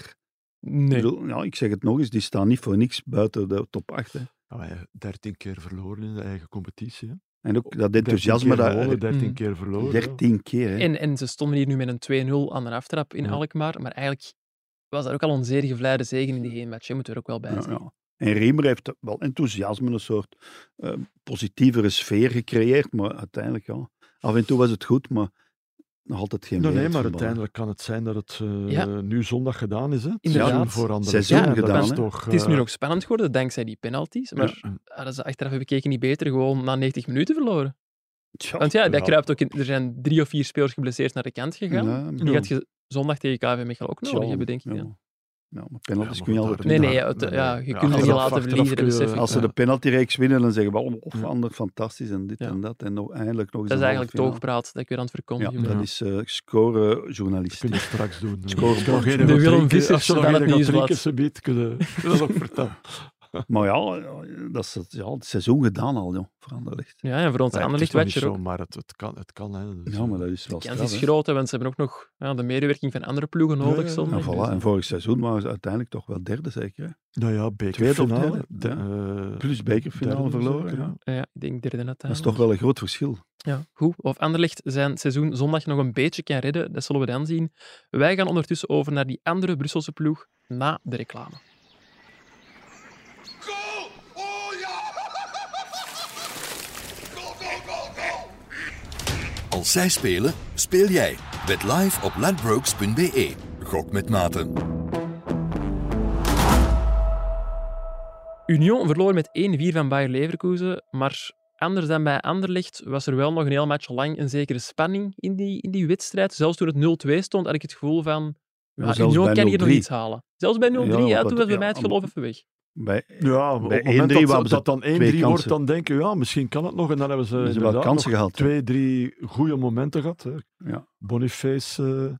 Speaker 5: Ik,
Speaker 1: Nee.
Speaker 5: bedoel, ja, ik zeg het nog eens, die staan niet voor niks buiten de top 8. Hè.
Speaker 4: Ja, maar hij- 13 Ah, keer verloren in de eigen competitie. Hè.
Speaker 5: En ook dat
Speaker 4: 13
Speaker 5: enthousiasme,
Speaker 4: Oh, keer
Speaker 5: dat,
Speaker 4: gewonnen, 13
Speaker 1: Mm.
Speaker 4: keer verloren. ja.
Speaker 5: 13 keer. Hè.
Speaker 1: En, en ze stonden hier nu met een 2-0 aan de aftrap in
Speaker 4: Ja.
Speaker 1: Alkmaar. Maar eigenlijk was dat ook al een zeer gevleide zegen in die heenmatch. Je moet er ook wel bij
Speaker 5: Ja,
Speaker 1: zijn.
Speaker 5: ja. En Riemer heeft wel enthousiasme, een soort eh, positievere sfeer gecreëerd, maar uiteindelijk, ja. Af en toe was het goed, maar nog altijd geen
Speaker 4: Nee, nee, maar
Speaker 5: wereldvoetbal, hè.
Speaker 4: uiteindelijk kan het zijn dat het eh,
Speaker 1: Ja.
Speaker 4: nu zondag gedaan is. Hè. Het
Speaker 1: Inderdaad.
Speaker 4: seizoen voor Anderlecht.
Speaker 5: Seizoen
Speaker 4: Ja, dat
Speaker 5: gedaan,
Speaker 4: is
Speaker 5: hè.
Speaker 4: toch,
Speaker 1: Het is nu
Speaker 4: eh,
Speaker 1: nog spannend geworden dankzij die penalties. Maar
Speaker 4: ja.
Speaker 1: hadden ze achteraf bekeken niet beter gewoon na 90 minuten verloren?
Speaker 5: Tja,
Speaker 1: Want ja, dat
Speaker 4: ja.
Speaker 1: kruipt ook in, er zijn drie of vier spelers geblesseerd naar de kant gegaan.
Speaker 5: ja,
Speaker 1: Die "Oh, gaat je zondag tegen KV Mechel ook nodig hebben, denk ik.
Speaker 5: Ja,
Speaker 1: ja.
Speaker 5: Ja, maar
Speaker 4: Ja,
Speaker 5: penalties
Speaker 4: maar
Speaker 5: kun je
Speaker 4: goed,
Speaker 5: altijd
Speaker 1: Nee,
Speaker 4: daar-
Speaker 1: nee, het- ja, je kunt
Speaker 5: het niet
Speaker 4: achteraf-
Speaker 1: laten
Speaker 4: achteraf
Speaker 1: verliezen,
Speaker 4: kun je-
Speaker 1: besef ik.
Speaker 5: Als ze
Speaker 4: ja.
Speaker 5: de penaltyreeks winnen, dan zeggen we, oh, oh,
Speaker 4: Ja.
Speaker 5: ander, fantastisch en dit
Speaker 1: Ja.
Speaker 5: en dat. En nog, eindelijk nog eens
Speaker 1: Dat is
Speaker 5: een
Speaker 1: eigenlijk
Speaker 5: halve finale.
Speaker 1: toogpraat dat ik weer aan het verkondigen
Speaker 5: Ja,
Speaker 1: ben.
Speaker 5: dat
Speaker 4: Ja.
Speaker 5: is eh scoren
Speaker 4: Dat
Speaker 5: journalist.
Speaker 4: kun je straks doen. eh.
Speaker 5: Scorebord.
Speaker 4: Als je nog
Speaker 5: De
Speaker 4: één gaat
Speaker 1: Willem
Speaker 4: drinken-
Speaker 1: Vissers
Speaker 4: Als je nog
Speaker 1: van het
Speaker 4: één gaat
Speaker 1: Nieuwsblad.
Speaker 4: drinken, ze weet, kunnen dat is ook vertellen.
Speaker 5: Maar ja, dat is het, ja, het seizoen gedaan al, joh, voor Anderlecht.
Speaker 1: Ja, en voor ons
Speaker 4: Nee, het is
Speaker 1: anderlicht
Speaker 4: nog
Speaker 1: weet
Speaker 4: niet
Speaker 1: je er
Speaker 4: zo,
Speaker 1: ook.
Speaker 4: Maar het, het kan, het kan. Hè. Dus,
Speaker 5: Ja, maar dat is wel
Speaker 1: De kans is
Speaker 5: straf, hè.
Speaker 1: groot, hè, want ze hebben ook nog ja, de medewerking van andere ploegen
Speaker 4: Ja, ja,
Speaker 1: nodig.
Speaker 4: ja.
Speaker 1: zondag.
Speaker 5: En,
Speaker 1: Dus-
Speaker 5: voilà, en vorig seizoen waren ze uiteindelijk toch wel derde, zeker. hè?
Speaker 4: Nou ja,
Speaker 5: Tweede
Speaker 4: bekerfinale.
Speaker 5: of derde?
Speaker 4: eh,
Speaker 5: Plus bekerfinale
Speaker 4: derde
Speaker 5: verloren.
Speaker 4: zeker,
Speaker 5: ja.
Speaker 4: ja.
Speaker 1: Ja, ik denk derde net
Speaker 5: Dat is toch wel een groot verschil.
Speaker 1: Ja, goed. Of Anderlecht zijn seizoen zondag nog een beetje kan redden, dat zullen we dan zien. Wij gaan ondertussen over naar die andere Brusselse ploeg na de reclame.
Speaker 2: Goal! Oh ja! Goal, goal, goal, goal!
Speaker 6: Als zij spelen, speel jij. Bet live op ladbrokes.be. E. Gok met maten.
Speaker 1: Union verloor met 1-4 van Bayer Leverkusen, maar anders dan bij Anderlecht was er wel nog een heel match lang een zekere spanning in die, in die wedstrijd. Zelfs toen het 0-2 stond, had ik het gevoel van
Speaker 5: Ja,
Speaker 1: ja,
Speaker 5: zelfs
Speaker 1: Union
Speaker 5: bij
Speaker 1: kan hier nog
Speaker 5: 0-3.
Speaker 1: iets halen. Zelfs bij 0-3, ja,
Speaker 5: Ja,
Speaker 1: toen
Speaker 5: wat-
Speaker 1: was bij
Speaker 5: ja,
Speaker 1: mij het geloof even weg.
Speaker 4: Eh,
Speaker 5: Bij,
Speaker 4: Ja, maar op
Speaker 5: Bij
Speaker 4: het moment
Speaker 5: 1-3
Speaker 4: dat, ze-
Speaker 5: hebben ze
Speaker 4: dat dan 1-3 wordt,
Speaker 5: kansen.
Speaker 4: dan denken we, ja, misschien kan het nog. En dan hebben ze,
Speaker 5: Ze hebben wel
Speaker 4: inderdaad
Speaker 5: kansen
Speaker 4: nog
Speaker 5: gehad, hè.
Speaker 4: twee, drie goede momenten gehad. Hè.
Speaker 5: Ja.
Speaker 4: Boniface eh,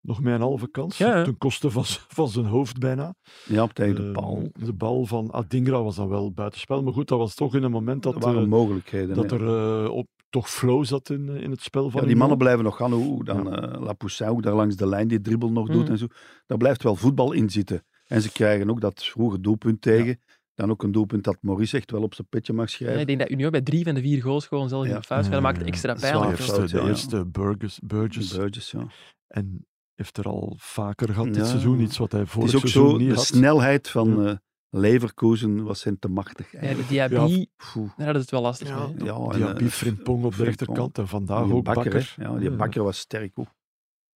Speaker 4: nog met een halve kans,
Speaker 1: Ja, ja.
Speaker 4: ten koste van, z- van zijn hoofd bijna.
Speaker 5: ja, op tegen de
Speaker 4: Eh,
Speaker 5: paal.
Speaker 4: de bal van Adingra was dan wel buitenspel. Maar goed, dat was toch in een moment
Speaker 5: Dat
Speaker 4: dat,
Speaker 5: waren
Speaker 4: eh,
Speaker 5: mogelijkheden.
Speaker 4: dat
Speaker 5: hè.
Speaker 4: er eh, op, toch flow zat in, eh, in het spel van
Speaker 5: Ja, die
Speaker 4: Union.
Speaker 5: mannen blijven nog gaan. Hoe hoe dan eh, Lapoussin ook daar langs de lijn die dribbel nog doet
Speaker 4: Mm.
Speaker 1: Mhm.
Speaker 5: en zo. Daar blijft wel voetbal in zitten. En ze krijgen ook dat vroege doelpunt tegen. Dan ook een doelpunt dat Maurice echt wel op zijn petje mag
Speaker 1: Ja, ik
Speaker 5: schrijven.
Speaker 1: denk dat Union bij drie van de vier goals gewoon zelf in de
Speaker 5: Ja.
Speaker 1: fout gaat. Dat maakt het
Speaker 4: Ja,
Speaker 1: extra
Speaker 4: dat is wel
Speaker 1: pijnlijk.
Speaker 5: Zwaar.
Speaker 1: hè.
Speaker 4: eerst,
Speaker 5: fout,
Speaker 4: eh,
Speaker 5: ja,
Speaker 4: De
Speaker 5: ja.
Speaker 4: eerste Burgess, Burgess.
Speaker 5: Burgess, ja.
Speaker 4: En heeft er al vaker gehad
Speaker 5: Ja.
Speaker 4: dit seizoen iets wat hij
Speaker 5: Het
Speaker 4: vorig
Speaker 5: is ook
Speaker 4: seizoen
Speaker 5: zo,
Speaker 4: niet
Speaker 5: de
Speaker 4: had.
Speaker 5: snelheid van eh Leverkusen was hen te machtig.
Speaker 1: Ja,
Speaker 5: eigenlijk.
Speaker 1: die Diaby,
Speaker 5: Poeh.
Speaker 1: daar hadden ze het wel lastig
Speaker 4: Ja.
Speaker 1: mee.
Speaker 5: Ja, en,
Speaker 4: Ja,
Speaker 5: eh,
Speaker 4: Bief Frimpong op
Speaker 5: Frimpong.
Speaker 4: de rechterkant en vandaag
Speaker 5: die
Speaker 4: ook
Speaker 5: bakker,
Speaker 4: Bakker.
Speaker 5: hè. Ja, die
Speaker 4: Ja.
Speaker 5: bakker was sterk ook.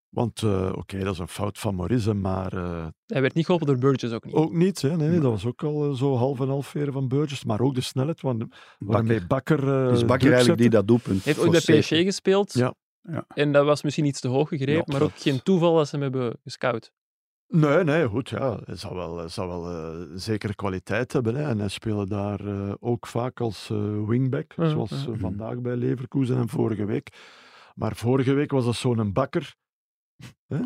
Speaker 4: Want eh, oké, dat is een fout van Maurice, maar eh,
Speaker 1: Hij werd niet geholpen door Burgess ook niet.
Speaker 4: ook niet. Hè, nee, dat was ook al eh, zo half en half weer van Burgess. Maar ook de snelheid van, waarmee Bakker. eh,
Speaker 5: Dus
Speaker 4: druk
Speaker 5: bakker eigenlijk die
Speaker 4: zette.
Speaker 5: dat doelpunt
Speaker 1: Hij heeft ook bij PSG
Speaker 5: forceerde.
Speaker 1: gespeeld.
Speaker 4: Ja.
Speaker 5: Ja.
Speaker 1: En dat was misschien iets te hoog gegrepen,
Speaker 5: Ja,
Speaker 1: maar ook
Speaker 5: dat-
Speaker 1: geen toeval dat ze hem hebben gescout.
Speaker 4: Nee, nee, goed, ja. Hij zal wel, hij zal wel eh, zekere kwaliteit hebben. Hè. En hij speelde daar eh, ook vaak als eh, wingback,
Speaker 1: Ja,
Speaker 4: zoals
Speaker 1: ja.
Speaker 4: eh, vandaag bij Leverkusen en vorige week. Maar vorige week was dat zo'n bakker.
Speaker 1: Nee,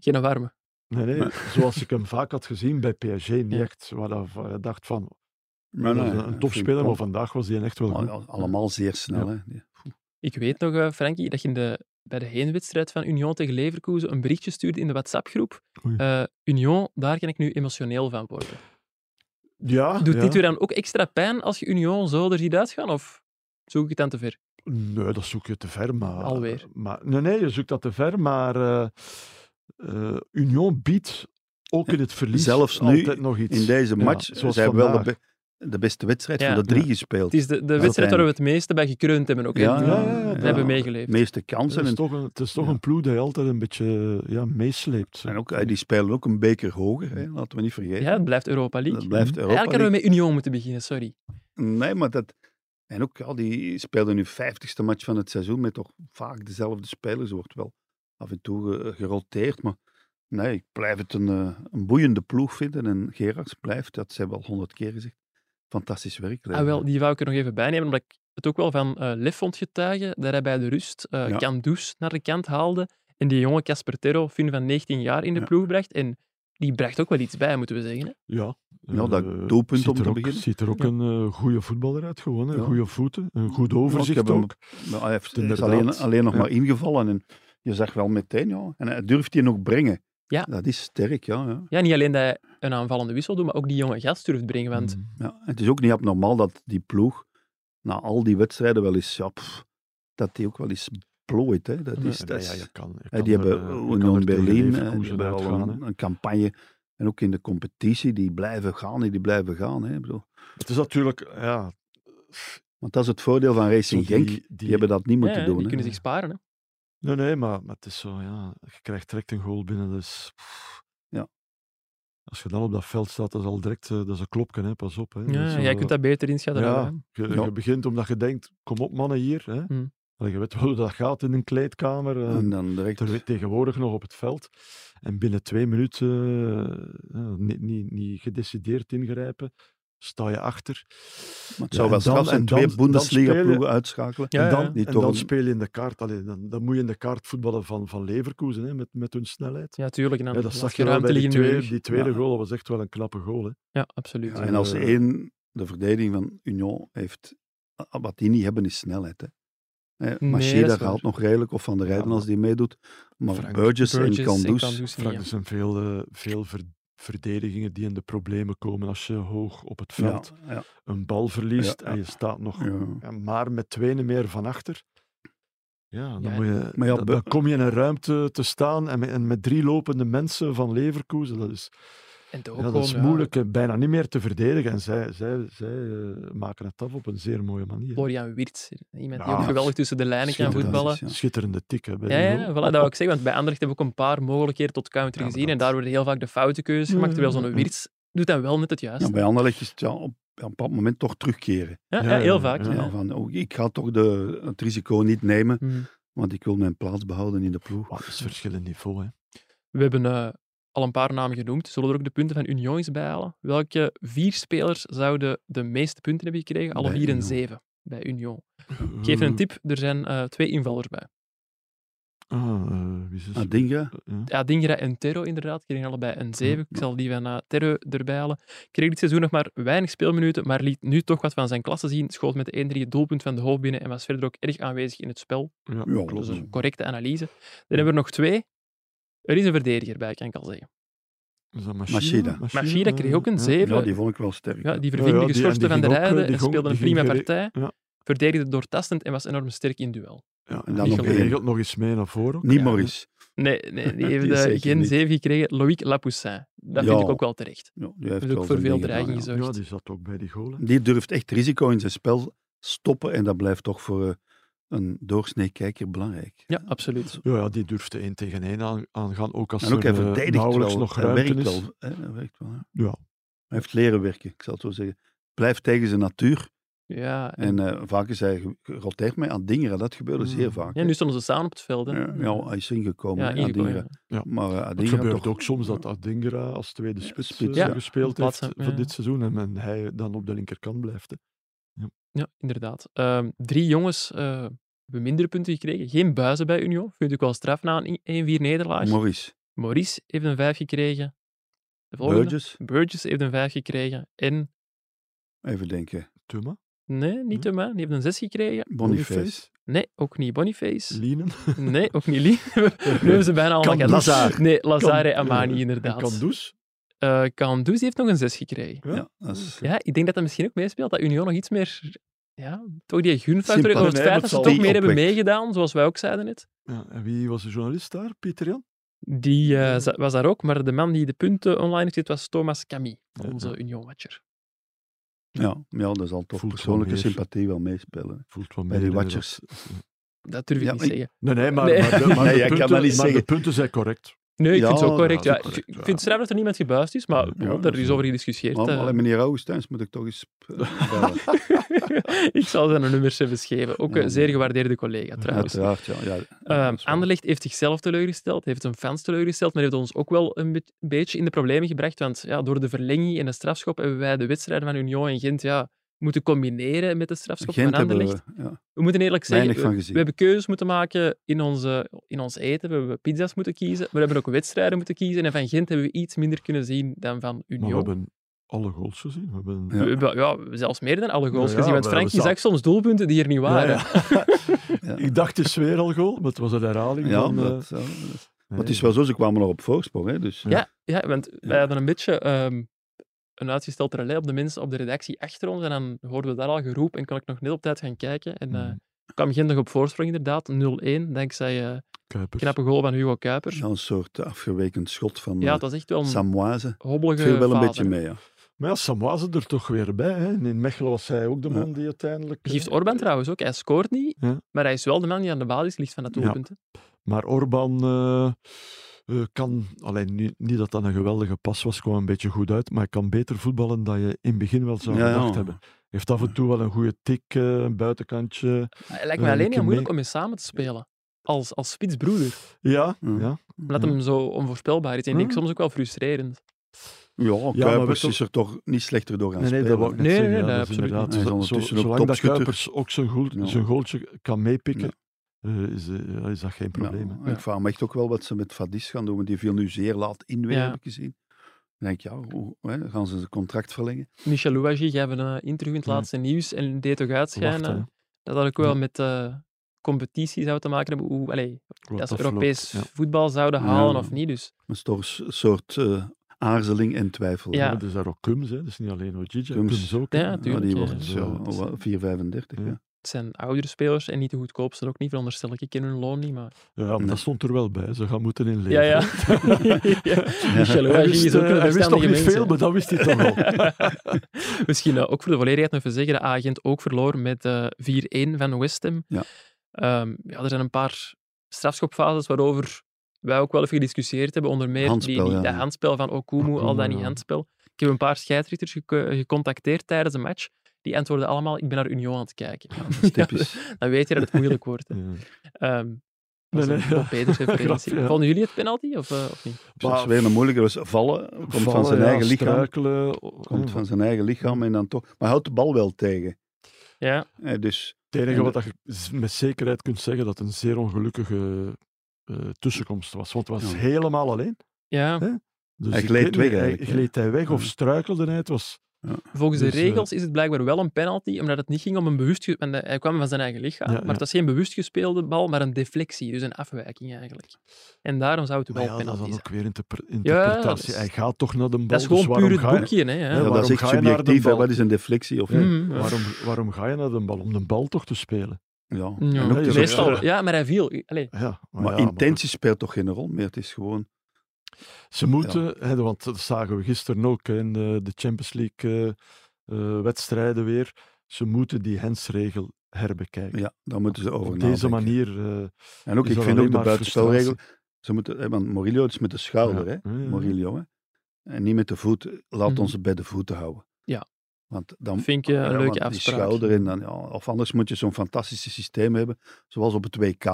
Speaker 1: Geen warme.
Speaker 4: Nee, nee,
Speaker 5: Maar-
Speaker 4: zoals ik hem vaak had gezien bij PSG, niet
Speaker 1: Ja.
Speaker 4: echt. Waar dat- waar je dacht van,
Speaker 5: Maar nee,
Speaker 4: dat is een-
Speaker 5: ik
Speaker 4: een
Speaker 5: vind
Speaker 4: topspeler,
Speaker 5: Pop-
Speaker 4: maar vandaag was hij echt wel
Speaker 5: Oh
Speaker 4: goed.
Speaker 5: ja, allemaal zeer snel. Hè? Ja.
Speaker 1: Ik weet nog, eh, Frankie, dat je in de, bij de heenwedstrijd van Union tegen Leverkusen een berichtje stuurde in de WhatsApp-groep.
Speaker 4: Oei.
Speaker 1: Eh, Union, daar kan ik nu emotioneel van worden.
Speaker 4: Ja,
Speaker 1: Doet
Speaker 4: Ah, ja.
Speaker 1: dit u dan ook extra pijn als je Union zo er ziet uitgaan? Of zoek ik het dan te ver?
Speaker 4: Nee, dat zoek je te ver, maar...
Speaker 1: Alweer.
Speaker 4: Maar, nee, nee, je zoekt dat te ver, maar eh, eh, Union biedt ook in het verlies
Speaker 5: Zelfs nu,
Speaker 4: altijd nog iets.
Speaker 5: In deze
Speaker 4: Ja,
Speaker 5: match
Speaker 4: zoals
Speaker 5: zijn wel de,
Speaker 4: vandaag.
Speaker 5: be- de beste wedstrijd
Speaker 1: Ja.
Speaker 5: van de drie
Speaker 4: Ja.
Speaker 5: gespeeld.
Speaker 1: Het is de, de wedstrijd waar we het meeste bij gekreund hebben ook. hè.
Speaker 5: Ja,
Speaker 1: Die
Speaker 4: ja, ja, ja.
Speaker 1: hebben meegeleefd.
Speaker 5: meeste
Speaker 4: Het
Speaker 5: kansen.
Speaker 4: is
Speaker 5: En,
Speaker 4: toch een, het is toch
Speaker 5: ja.
Speaker 4: een ploeg die je altijd een beetje ja, meesleept.
Speaker 5: en ook, eh, die spelen ook een beker hoger, hè? laten we niet vergeten.
Speaker 1: ja, het blijft Europa League.
Speaker 5: dat blijft Europa
Speaker 1: Eigenlijk hadden
Speaker 5: League.
Speaker 1: we met Union moeten beginnen, sorry.
Speaker 5: Nee, maar dat... En ook, ja, die speelde nu 50ste match van het seizoen met toch vaak dezelfde spelers. Er wordt wel af en toe eh, geroteerd, maar nee, ik blijf het een, eh, een boeiende ploeg vinden. En Gerards blijft, dat ze hebben al honderd keer gezegd, fantastisch werk
Speaker 1: Ah,
Speaker 5: leveren.
Speaker 1: wel, die wou ik er nog even bij nemen, omdat ik het ook wel van eh Lef vond getuigen, dat hij bij de rust eh
Speaker 5: Ja.
Speaker 1: Kandus naar de kant haalde en die jonge Casper Terro, Finn van 19 jaar, in de
Speaker 5: Ja.
Speaker 1: ploeg bracht. En die bracht ook wel iets bij, moeten we zeggen. Hè?
Speaker 4: Ja,
Speaker 5: Ja, dat
Speaker 4: eh,
Speaker 5: doelpunt
Speaker 4: ziet
Speaker 5: om
Speaker 4: er
Speaker 5: te
Speaker 4: ook-
Speaker 5: beginnen.
Speaker 4: ziet er ook een eh, goede voetballer uit, gewoon. hè.
Speaker 5: Ja.
Speaker 4: Goede voeten, een goed
Speaker 5: Ja, ik
Speaker 4: overzicht
Speaker 5: heb hem-
Speaker 4: ook.
Speaker 5: Maar hij heeft, hij is
Speaker 4: Inderdaad.
Speaker 5: alleen, alleen nog
Speaker 4: Ja.
Speaker 5: maar ingevallen. En je zag wel meteen, ja. En hij durft die nog brengen.
Speaker 1: Ja.
Speaker 5: Dat is sterk, ja. ja.
Speaker 1: Ja, niet alleen dat hij een aanvallende wissel doet, maar ook die jonge gast durft brengen. Want
Speaker 4: Mm.
Speaker 5: ja. Het is ook niet abnormaal dat die ploeg na al die wedstrijden wel eens, ja, pff, dat die ook wel eens plooit. Hè. Dat
Speaker 1: Ja,
Speaker 5: is,
Speaker 4: Ja,
Speaker 5: dat
Speaker 4: ja,
Speaker 5: is-
Speaker 4: je kan, je
Speaker 5: hè,
Speaker 4: kan
Speaker 5: die
Speaker 4: er,
Speaker 5: hebben
Speaker 4: eh, je kan
Speaker 5: Union
Speaker 4: er tegen
Speaker 5: Berlin, hè, die
Speaker 4: Leverkusen
Speaker 5: hebben al
Speaker 4: uitgaan, hè.
Speaker 5: een, een campagne. En ook in de competitie, die blijven gaan en die blijven gaan. Hè. Ik bedoel,
Speaker 4: Het is natuurlijk, ja,
Speaker 5: want dat is het voordeel van Racing
Speaker 4: Zo
Speaker 5: Genk.
Speaker 4: die-
Speaker 5: Die,
Speaker 4: die-
Speaker 5: hebben dat niet
Speaker 1: ja,
Speaker 5: moeten
Speaker 1: hè,
Speaker 5: doen.
Speaker 1: die
Speaker 5: hè.
Speaker 1: kunnen zich sparen. Hè?
Speaker 4: Nee, nee, maar, maar het is zo, ja. Je krijgt direct een goal binnen, dus... pff.
Speaker 5: Ja.
Speaker 4: Als je dan op dat veld staat, dat is al direct eh, dat is een klopje, hè. pas op. Hè. Dat
Speaker 1: Ja,
Speaker 4: is zo-
Speaker 1: jij kunt dat beter inschatten. dan
Speaker 4: Ja.
Speaker 1: wij.
Speaker 4: Je,
Speaker 5: Ja.
Speaker 4: je begint omdat je denkt, kom op mannen hier. Hè.
Speaker 1: Mm.
Speaker 4: Allee, je weet wel hoe dat gaat in een kleedkamer. eh,
Speaker 5: En dan direct...
Speaker 4: ter- tegenwoordig nog op het veld. En binnen twee minuten, eh, ja, niet, niet, niet gedecideerd ingrijpen, sta je achter.
Speaker 5: Maar het zou
Speaker 4: Ja, en
Speaker 5: wel
Speaker 4: dan-
Speaker 5: straf zijn,
Speaker 4: en dan-
Speaker 5: twee
Speaker 4: dan speel je-
Speaker 5: Bundesliga-ploegen uitschakelen.
Speaker 1: Ja,
Speaker 4: en dan,
Speaker 1: ja.
Speaker 5: Die
Speaker 4: en
Speaker 5: toch
Speaker 4: dan
Speaker 5: een-
Speaker 4: speel je in de kaart. Allee, dan, dan moet je in de kaart voetballen van, van Leverkusen hè, met, met hun snelheid.
Speaker 1: Ja, tuurlijk. En dan
Speaker 4: Ja, dat
Speaker 1: laat
Speaker 4: zag
Speaker 1: je
Speaker 4: je wel
Speaker 1: ruimte
Speaker 4: bij die,
Speaker 1: liggen in de
Speaker 4: tweede,
Speaker 1: rug.
Speaker 4: die tweede
Speaker 5: Ja.
Speaker 4: goal. Dat was echt wel een knappe goal. Hè.
Speaker 1: Ja, absoluut.
Speaker 5: Ja, en als
Speaker 4: eh,
Speaker 5: één de verdediging van Union heeft, ah, wat die niet hebben is snelheid. Hè. Eh,
Speaker 1: Nee,
Speaker 5: Machida
Speaker 1: dat is waar.
Speaker 5: gaat nog redelijk, of Van der Rijden
Speaker 4: Ja,
Speaker 5: als die meedoet. Maar
Speaker 4: Frank
Speaker 5: Burgess,
Speaker 1: Burgess
Speaker 5: en
Speaker 1: en
Speaker 5: Kandus,
Speaker 1: Kandus niet,
Speaker 4: Frank,
Speaker 1: ja.
Speaker 4: er zijn veel, eh, veel ver- verdedigingen die in de problemen komen als je hoog op het
Speaker 5: ja,
Speaker 4: veld
Speaker 5: ja,
Speaker 4: een bal verliest
Speaker 5: Ja,
Speaker 4: en
Speaker 5: ja.
Speaker 4: je staat nog
Speaker 5: ja.
Speaker 4: ja, maar met tweeën meer van achter. Ja, dan,
Speaker 1: Ja,
Speaker 4: moet je,
Speaker 5: maar ja,
Speaker 4: dan,
Speaker 5: be-
Speaker 4: dan kom je in een ruimte te staan en met, en met drie lopende mensen van Leverkusen. Dat is,
Speaker 1: En toch
Speaker 4: ja, dat
Speaker 1: gewoon,
Speaker 4: is
Speaker 1: ja,
Speaker 4: moeilijk, eh, bijna niet meer te verdedigen. En zij, zij, zij eh, maken het af op een zeer mooie manier.
Speaker 1: Florian Wirtz, iemand die
Speaker 4: Ja.
Speaker 1: ook geweldig tussen de lijnen kan
Speaker 5: Schitterend.
Speaker 1: voetballen.
Speaker 5: Ja.
Speaker 4: Schitterende tik. Hè, bij
Speaker 1: Ja,
Speaker 4: die
Speaker 1: ja,
Speaker 4: goal.
Speaker 1: voilà, dat wil ik zeggen. Want bij Anderlecht hebben we ook een paar mogelijkheden tot counter
Speaker 4: Ja, maar
Speaker 1: gezien. En
Speaker 4: dat-
Speaker 1: daar worden heel vaak de foute keuzes
Speaker 4: Ja,
Speaker 1: gemaakt. Terwijl
Speaker 4: ja,
Speaker 1: zo'n
Speaker 4: ja.
Speaker 1: Wirtz doet dan wel net het
Speaker 5: Ja,
Speaker 1: juiste.
Speaker 5: bij Anderlecht is het ja, op, ja, op een bepaald moment toch terugkeren.
Speaker 1: Ja,
Speaker 4: Ja,
Speaker 1: ja, heel
Speaker 4: ja,
Speaker 1: vaak.
Speaker 4: ja.
Speaker 1: ja.
Speaker 5: Ja, van, oh, ik ga toch de, het risico niet nemen,
Speaker 1: Hm.
Speaker 5: want ik wil mijn plaats behouden in de ploeg.
Speaker 4: Wat Oh, is verschillend niveau. Hè.
Speaker 1: We hebben eh, al een paar namen genoemd. Zullen we er ook de punten van Union eens bij halen? Welke vier spelers zouden de meeste punten hebben gekregen? Alle
Speaker 5: Bij
Speaker 1: vier en
Speaker 5: Union.
Speaker 1: zeven bij Union. Ik
Speaker 4: Mm.
Speaker 1: geef een tip. Er zijn eh, twee invallers bij.
Speaker 4: Ah, eh, wie is
Speaker 1: Dus
Speaker 4: het?
Speaker 5: Adinga,
Speaker 4: Ja.
Speaker 1: Ja, Dingra en Terro inderdaad kregen allebei een
Speaker 4: Mm-hmm.
Speaker 1: 7. Ik
Speaker 5: Ja.
Speaker 1: zal die van eh, Terro erbij halen. Kreeg dit seizoen nog maar weinig speelminuten, maar liet nu toch wat van zijn klasse zien. Schoot met de 1-3 doelpunt van de hoofd binnen en was verder ook erg aanwezig in het spel.
Speaker 4: Ja,
Speaker 5: Ja,
Speaker 1: Dus
Speaker 4: klopt.
Speaker 1: een correcte analyse. Dan hebben we er nog twee. Er is een verdediger bij, kan ik al zeggen.
Speaker 4: Is dat eh, Machida?
Speaker 5: Machida.
Speaker 1: Machida kreeg ook een 7.
Speaker 5: ja, die vond ik wel sterk.
Speaker 1: Ja, die
Speaker 4: Ja,
Speaker 1: verving
Speaker 4: ja,
Speaker 1: de
Speaker 4: die-
Speaker 1: geschorste
Speaker 4: en
Speaker 1: van
Speaker 4: die
Speaker 1: de
Speaker 4: ging ook, eh,
Speaker 1: rijden
Speaker 4: die
Speaker 1: en
Speaker 4: ging-
Speaker 1: speelde een
Speaker 4: die ging
Speaker 1: prima
Speaker 4: gere-
Speaker 1: partij.
Speaker 4: ja.
Speaker 1: Verdedigde doortastend en was enorm sterk in duel.
Speaker 4: Ja, en
Speaker 5: En
Speaker 4: dan
Speaker 5: dan
Speaker 4: nog
Speaker 5: nog één.
Speaker 4: geregeld nog eens mee naar voren. ook.
Speaker 5: Niet
Speaker 4: Ja.
Speaker 5: Maurice.
Speaker 1: Nee, nee die heeft
Speaker 5: Die
Speaker 1: eh,
Speaker 5: zeker
Speaker 1: geen
Speaker 5: niet.
Speaker 1: 7 gekregen. Loïc Lapoussin. Dat vind
Speaker 5: Ja.
Speaker 1: ik ook wel terecht.
Speaker 5: Ja, die heeft
Speaker 1: ook
Speaker 5: wel
Speaker 1: voor
Speaker 5: zijn
Speaker 1: veel
Speaker 5: dingen
Speaker 1: dreiging
Speaker 5: gedaan, ja.
Speaker 1: gezorgd.
Speaker 4: Ja, die zat ook bij die goal. hè.
Speaker 5: Die durft echt risico in zijn spel stoppen. En dat blijft toch voor eh, een doorsnee kijker belangrijk.
Speaker 1: Ja, absoluut.
Speaker 4: Ja, ja, die durfde één tegen één aan- aangaan, ook als
Speaker 5: En ook
Speaker 4: er
Speaker 5: hij
Speaker 4: eh,
Speaker 5: verdedigt
Speaker 4: nauwelijks
Speaker 5: wel.
Speaker 4: nog
Speaker 5: hij
Speaker 4: ruimte
Speaker 5: werkt
Speaker 4: is.
Speaker 5: wel. hè, Hij, werkt wel, hè.
Speaker 4: Ja.
Speaker 5: hij heeft leren werken, ik zal het zo zeggen. Blijft tegen zijn natuur.
Speaker 1: Ja, en,
Speaker 5: En eh, vaak is hij ge- geroteerd met Adingra. Dat gebeurde
Speaker 4: Mm.
Speaker 5: zeer vaak.
Speaker 1: ja, nu stonden ze samen op het veld. Hè.
Speaker 4: eh,
Speaker 5: Ja, ja, hij is ingekomen.
Speaker 1: ja,
Speaker 5: hè,
Speaker 1: ingekomen,
Speaker 5: Adingra.
Speaker 1: ja.
Speaker 5: Maar eh,
Speaker 4: Het
Speaker 5: Adingra
Speaker 4: gebeurt
Speaker 5: toch
Speaker 4: ook soms dat Adingra als tweede spits, eh,
Speaker 5: spits, ja.
Speaker 4: gespeeld
Speaker 1: Plaats
Speaker 4: heeft
Speaker 1: hem,
Speaker 4: voor
Speaker 1: ja.
Speaker 4: dit seizoen en, en hij dan op de linkerkant blijft. hè.
Speaker 1: Ja, inderdaad. Ehm, drie jongens eh, hebben minder punten gekregen. Geen buizen bij Union. Vind ik wel straf na een 1-4 nederlaag.
Speaker 5: Maurice.
Speaker 1: Maurice heeft een 5 gekregen. De volgende.
Speaker 5: Burgess.
Speaker 1: Burgess heeft een 5 gekregen. En,
Speaker 5: Even denken.
Speaker 4: Tuma,
Speaker 1: nee, niet
Speaker 4: Hm?
Speaker 1: de man. Die heeft een 6 gekregen.
Speaker 5: Boniface.
Speaker 1: Nee, ook niet Boniface.
Speaker 4: Lienen
Speaker 1: Nee, ook niet Lee. nu hebben ze bijna allemaal
Speaker 4: Kandus.
Speaker 1: gehad. Nee, Lazare
Speaker 4: Kan-
Speaker 1: Amani,
Speaker 4: eh,
Speaker 1: inderdaad.
Speaker 4: en Kandus.
Speaker 1: Eh, Kandus heeft nog een 6 gekregen.
Speaker 4: Ja.
Speaker 5: Ja, dat is-
Speaker 1: Ja, ik denk dat dat misschien ook meespeelt. Dat Union nog iets meer... Ja, toch die gunfactor.
Speaker 5: Sympathie.
Speaker 1: Over het
Speaker 4: Nee,
Speaker 1: feit
Speaker 4: maar
Speaker 1: dat ze
Speaker 4: het
Speaker 1: toch
Speaker 5: zal-
Speaker 1: meer hebben
Speaker 5: opwekt.
Speaker 1: meegedaan, zoals wij ook zeiden net.
Speaker 4: Ja, en wie was de journalist daar? Pieter Jan?
Speaker 1: Die eh, za- was daar ook, maar de man die de punten online heeft gezet was Thomas Camille,
Speaker 4: Ja,
Speaker 1: onze
Speaker 4: ja.
Speaker 1: Union-watcher.
Speaker 5: Ja, ja, dat zal toch
Speaker 4: Voelt wel
Speaker 5: persoonlijke
Speaker 4: meer.
Speaker 5: sympathie wel meespelen.
Speaker 4: Voelt wat
Speaker 5: Bij
Speaker 4: meer.
Speaker 5: die
Speaker 4: inderdaad.
Speaker 5: watchers.
Speaker 1: Dat durf ik
Speaker 5: Ja,
Speaker 1: niet
Speaker 5: maar-
Speaker 1: zeggen.
Speaker 4: Nee, nee, maar,
Speaker 1: Nee.
Speaker 4: maar, de,
Speaker 5: Nee,
Speaker 4: maar de
Speaker 5: jij kan
Speaker 4: punten,
Speaker 5: dat niet
Speaker 4: maar de
Speaker 5: zeggen.
Speaker 4: punten zijn correct.
Speaker 1: Nee, ik
Speaker 5: Ja,
Speaker 1: vind het ook
Speaker 5: dat
Speaker 1: correct.
Speaker 4: is ook
Speaker 1: Ja,
Speaker 4: correct,
Speaker 1: ik
Speaker 4: ja.
Speaker 1: vind het straf dat er niemand gebuist is, maar
Speaker 4: Ja,
Speaker 1: ja,
Speaker 5: dat
Speaker 1: daar
Speaker 5: is
Speaker 1: is
Speaker 5: wel-
Speaker 1: over gediscussieerd.
Speaker 5: Maar,
Speaker 1: eh.
Speaker 5: allee, meneer Augustijns moet ik toch eens... eh, bellen.
Speaker 1: ik zal zijn nummers even geven. Ook een zeer gewaardeerde collega trouwens.
Speaker 5: Uiteraard, ja. ja
Speaker 1: Ehm,
Speaker 5: dat is waar.
Speaker 1: Anderlecht heeft zichzelf teleurgesteld, heeft zijn fans teleurgesteld, maar heeft ons ook wel een, be- een beetje in de problemen gebracht. Want ja, door de verlenging en de strafschop hebben wij de wedstrijden van Union en Gent ja, moeten combineren met de strafschop
Speaker 5: Gent
Speaker 1: van
Speaker 5: hebben
Speaker 1: Anderlecht.
Speaker 5: we... Ja.
Speaker 1: We moeten eerlijk zeggen,
Speaker 5: Weinig van
Speaker 1: we,
Speaker 5: gezien.
Speaker 1: we hebben keuzes moeten maken in, onze, in ons eten. We hebben pizza's moeten kiezen, maar we hebben ook wedstrijden moeten kiezen. En van Gent hebben we iets minder kunnen zien dan van
Speaker 4: Maar we
Speaker 1: Union.
Speaker 4: hebben alle goals gezien. We hebben...
Speaker 5: Ja.
Speaker 1: We hebben, ja, zelfs meer dan alle goals
Speaker 4: Ja,
Speaker 1: gezien.
Speaker 4: ja,
Speaker 1: Want
Speaker 4: we-
Speaker 1: Frankie
Speaker 4: we staan-
Speaker 1: zag soms doelpunten die er niet waren.
Speaker 4: Ja, ja. Ik dacht, het is weer al goal, maar het was een herhaling
Speaker 5: Ja,
Speaker 4: van... eh,
Speaker 5: dat, ja, dat is-
Speaker 4: nee.
Speaker 5: maar het is wel zo, ze kwamen nog op voorsprong, hè. Dus,
Speaker 1: Ja, ja, want wij hadden een beetje ehm, een uitgesteld relais op de mensen op de redactie achter ons. En dan hoorden we daar al geroep en kon ik nog net op tijd gaan kijken. En eh
Speaker 4: Mhm.
Speaker 1: kwam Gent nog op voorsprong inderdaad, 0-1, dankzij eh
Speaker 4: Kuipers.
Speaker 1: knappe goal van Hugo Kuipers.
Speaker 5: Ja, een soort afgeweken schot van
Speaker 1: Ja,
Speaker 5: ja,
Speaker 1: het was echt wel een
Speaker 5: Samoise. Het
Speaker 1: hobbelige
Speaker 5: viel wel een
Speaker 1: fase,
Speaker 5: beetje
Speaker 1: hè.
Speaker 5: mee, ja.
Speaker 4: Maar ja, Sam was er toch weer bij. Hè? En In Mechelen was hij ook de man die uiteindelijk... eh,
Speaker 1: Geeft Orban trouwens ook. Hij scoort niet,
Speaker 4: Ja.
Speaker 1: maar hij is wel de man die aan de basis ligt van dat
Speaker 4: Ja.
Speaker 1: doelpunt. hè.
Speaker 4: Maar Orban eh, eh, kan, alleen niet, niet dat dat een geweldige pas was, kwam een beetje goed uit, maar hij kan beter voetballen dan je in het begin wel zou
Speaker 5: Ja, ja.
Speaker 4: gedacht hebben. Heeft af en toe wel een goede tik, eh, een buitenkantje.
Speaker 1: Het lijkt
Speaker 4: Eh,
Speaker 1: me alleen
Speaker 4: ik
Speaker 1: heel moeilijk
Speaker 4: mee-
Speaker 1: om mee samen te spelen. Als, als spitsbroeder.
Speaker 4: Ja,
Speaker 5: Ja.
Speaker 4: ja.
Speaker 1: Omdat hem zo onvoorspelbaar is. En ik denk
Speaker 4: Ja.
Speaker 1: soms ook wel frustrerend.
Speaker 5: Ja,
Speaker 4: maar
Speaker 5: Kuipers
Speaker 4: we-
Speaker 5: is er toch niet slechter door gaan
Speaker 4: Nee, nee, dat
Speaker 5: spelen.
Speaker 4: wou ik net
Speaker 1: Nee,
Speaker 4: zeggen.
Speaker 1: nee,
Speaker 4: ja,
Speaker 1: nee,
Speaker 4: dat is
Speaker 1: absoluut
Speaker 4: inderdaad,
Speaker 5: niet. Hij is
Speaker 4: zo- zo-
Speaker 5: ondertussen ook
Speaker 4: zolang dat
Speaker 5: topschutter.
Speaker 4: Kuipers ook zijn, goal,
Speaker 5: Ja.
Speaker 4: zijn goaltje kan meepikken, eh, is, eh, ja, is dat geen probleem. hè.
Speaker 5: Ja, Ik vraag me echt ook wel wat ze met Fadis gaan doen, want die viel nu zeer laat in weer,
Speaker 1: Ja.
Speaker 5: heb ik gezien. Dan denk ik, ja, hoe, hè, gaan ze zijn contract verlengen?
Speaker 1: Michel Louagie gaf een eh, interview in het
Speaker 4: Ja.
Speaker 1: laatste nieuws en deed toch uitschijnen
Speaker 4: Wachten, hè,
Speaker 1: dat dat ook wel
Speaker 4: Ja.
Speaker 1: met eh, competitie zou te maken hebben. Hoe, allee,
Speaker 4: wat
Speaker 1: dat ze
Speaker 4: dat
Speaker 1: Europees
Speaker 4: verloopt.
Speaker 1: voetbal zouden halen
Speaker 5: Ja.
Speaker 1: of niet. Dus
Speaker 5: Dat is toch een s- soort eh, aarzeling en twijfel. hè.
Speaker 1: Ja.
Speaker 4: Ja. Het is daar ook Kums, hè. dat is niet alleen Ojija.
Speaker 5: Kums.
Speaker 4: Kums ook.
Speaker 1: Ja,
Speaker 4: hè.
Speaker 1: tuurlijk,
Speaker 5: Ja, die
Speaker 1: ja.
Speaker 5: wordt zo,
Speaker 4: Ja, dus- dat is-
Speaker 5: oh, wel, 4,35.
Speaker 4: Ja.
Speaker 5: Ja.
Speaker 1: het zijn oudere spelers en niet de goedkoopste ook niet, veronderstel ik. Ik ken hun loon niet, maar...
Speaker 4: Ja, maar
Speaker 5: Nee.
Speaker 4: dat stond er wel bij. Ze gaan moeten inleven.
Speaker 1: Ja, ja. ja. Michel
Speaker 4: Hij
Speaker 1: Louagie
Speaker 4: wist,
Speaker 1: is ook
Speaker 4: eh,
Speaker 1: een
Speaker 4: hij wist nog
Speaker 1: verstandige
Speaker 4: niet
Speaker 1: mens.
Speaker 4: veel,
Speaker 1: hè.
Speaker 4: maar dat wist hij toch wel.
Speaker 1: Misschien eh, ook voor de volledigheid nog even zeggen, de agent ook verloor met eh, 4-1 van West Ham.
Speaker 5: Ja.
Speaker 1: Ehm, ja, er zijn een paar strafschopfases waarover wij ook wel even gediscussieerd hebben, onder meer die,
Speaker 5: Handspel,
Speaker 1: die,
Speaker 5: ja.
Speaker 1: dat handspel van Okumu, al dan niet
Speaker 4: ja.
Speaker 1: handspel. Ik heb een paar scheidsrechters geko- gecontacteerd tijdens de match. Die antwoorden allemaal, ik ben naar Union aan het kijken.
Speaker 5: Ja, dat is typisch.
Speaker 1: Dan weet je dat het moeilijk wordt. hè.
Speaker 4: Ja.
Speaker 1: Ehm, dat
Speaker 4: Nee,
Speaker 1: is een
Speaker 4: nee,
Speaker 1: Bob
Speaker 4: ja.
Speaker 1: Peters referentie.
Speaker 4: Grap, ja.
Speaker 1: Vonden jullie het penalty of, eh, of niet?
Speaker 5: Dat is weer een moeilijke. Dus vallen komt van zijn
Speaker 4: Vallen, ja,
Speaker 5: eigen lichaam.
Speaker 4: struikelen, mm. o-
Speaker 5: Komt
Speaker 4: ja,
Speaker 5: van zijn eigen lichaam en dan toch. Maar hij houdt de bal wel tegen.
Speaker 1: Ja,
Speaker 5: Eh, Dus
Speaker 4: Het enige
Speaker 5: en
Speaker 4: wat dat je z- met zekerheid kunt zeggen, dat het een zeer ongelukkige eh, tussenkomst was. Want het was
Speaker 5: Ja.
Speaker 4: helemaal alleen.
Speaker 1: ja.
Speaker 4: Dus
Speaker 5: Hij
Speaker 4: ik
Speaker 5: gleed
Speaker 4: weet
Speaker 5: weg
Speaker 4: niet, Hij,
Speaker 5: eigenlijk, hè?
Speaker 4: gleed hij weg of
Speaker 5: Ja.
Speaker 4: struikelde hij? Het was...
Speaker 1: Volgens
Speaker 4: Dus,
Speaker 1: de
Speaker 4: eh,
Speaker 1: regels is het blijkbaar wel een penalty, omdat het niet ging om een bewust... ge- want eh, Hij kwam van zijn eigen lichaam,
Speaker 4: Ja,
Speaker 1: maar
Speaker 4: ja.
Speaker 1: het was geen bewust gespeelde bal, maar een deflectie, dus een afwijking eigenlijk. En daarom zou het wel
Speaker 4: Maar ja, dat is
Speaker 1: penalty
Speaker 4: dan
Speaker 1: zijn.
Speaker 4: ook weer interpre-
Speaker 1: dat
Speaker 4: interpretatie.
Speaker 1: is-
Speaker 4: Hij gaat toch naar de bal.
Speaker 1: Dat is
Speaker 4: dus
Speaker 1: gewoon
Speaker 4: waarom
Speaker 1: puur
Speaker 4: ga je-
Speaker 1: het boekje, hè.
Speaker 4: Ja,
Speaker 1: Ja.
Speaker 5: ja, dat
Speaker 4: waarom
Speaker 5: is echt
Speaker 4: ga je naar de
Speaker 5: subjectief. hè.
Speaker 4: bal?
Speaker 5: Wat is een deflectie? Of,
Speaker 4: Ja.
Speaker 1: Mm, ja.
Speaker 4: Waarom, waarom ga je naar de bal? Om de bal toch te spelen?
Speaker 5: Ja.
Speaker 1: Ja,
Speaker 5: En ook
Speaker 4: je
Speaker 5: dus-
Speaker 4: weet-
Speaker 1: meestal, ja, maar hij viel. Allee,
Speaker 4: Ja,
Speaker 5: Maar
Speaker 4: ja,
Speaker 5: intentie speelt toch geen rol meer? Het is gewoon.
Speaker 4: Ze moeten, hè, want dat zagen we gisteren ook hè, in de, de Champions League eh, eh, wedstrijden weer, ze moeten die hensregel herbekijken.
Speaker 5: Ja, daar moeten ze over
Speaker 4: Op deze
Speaker 5: nadenken.
Speaker 4: manier eh
Speaker 5: En ook,
Speaker 4: is
Speaker 5: ik
Speaker 4: dat
Speaker 5: vind
Speaker 4: alleen
Speaker 5: ook de
Speaker 4: maar
Speaker 5: buitenspelregel.
Speaker 4: frustratie.
Speaker 5: Ze moeten, hè, want Morillo, het is met de schouder,
Speaker 4: Ja.
Speaker 5: hè?
Speaker 4: Ja, ja, ja.
Speaker 5: Morillo, hè? En niet met de voet. Laat
Speaker 1: Mhm.
Speaker 5: ons het bij de voeten houden.
Speaker 1: Ja.
Speaker 5: Want dan, ah,
Speaker 1: Vind ik eh,
Speaker 5: ja,
Speaker 1: een
Speaker 5: want
Speaker 1: leuke
Speaker 5: die
Speaker 1: afspraak.
Speaker 5: schouder en dan, ja, of anders moet je zo'n fantastische systeem hebben, zoals op het WK.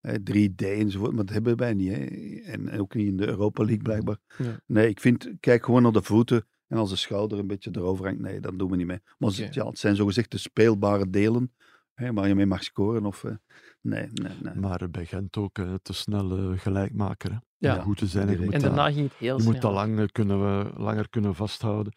Speaker 5: Hè, 3D enzovoort, maar dat hebben wij niet. Hè. En, en ook niet in de Europa League blijkbaar.
Speaker 1: Mhm. Ja.
Speaker 5: Nee, ik vind, kijk gewoon naar de voeten. En als de schouder een beetje erover hangt, nee, dan doen we niet mee. Maar ze-
Speaker 1: Oké.
Speaker 5: ja, het zijn zogezegd de speelbare delen hè, waar je mee mag scoren. Of, eh, nee, nee, nee.
Speaker 4: Maar eh, bij Gent ook eh, te snel eh, gelijkmaker. Hè.
Speaker 1: Ja.
Speaker 4: Om goed te zijn. En je
Speaker 5: En
Speaker 4: moet,
Speaker 1: En
Speaker 5: Ja.
Speaker 1: daarna ging het heel
Speaker 4: dat, je
Speaker 1: snel.
Speaker 4: moet dat lang, eh, kunnen we, langer kunnen vasthouden.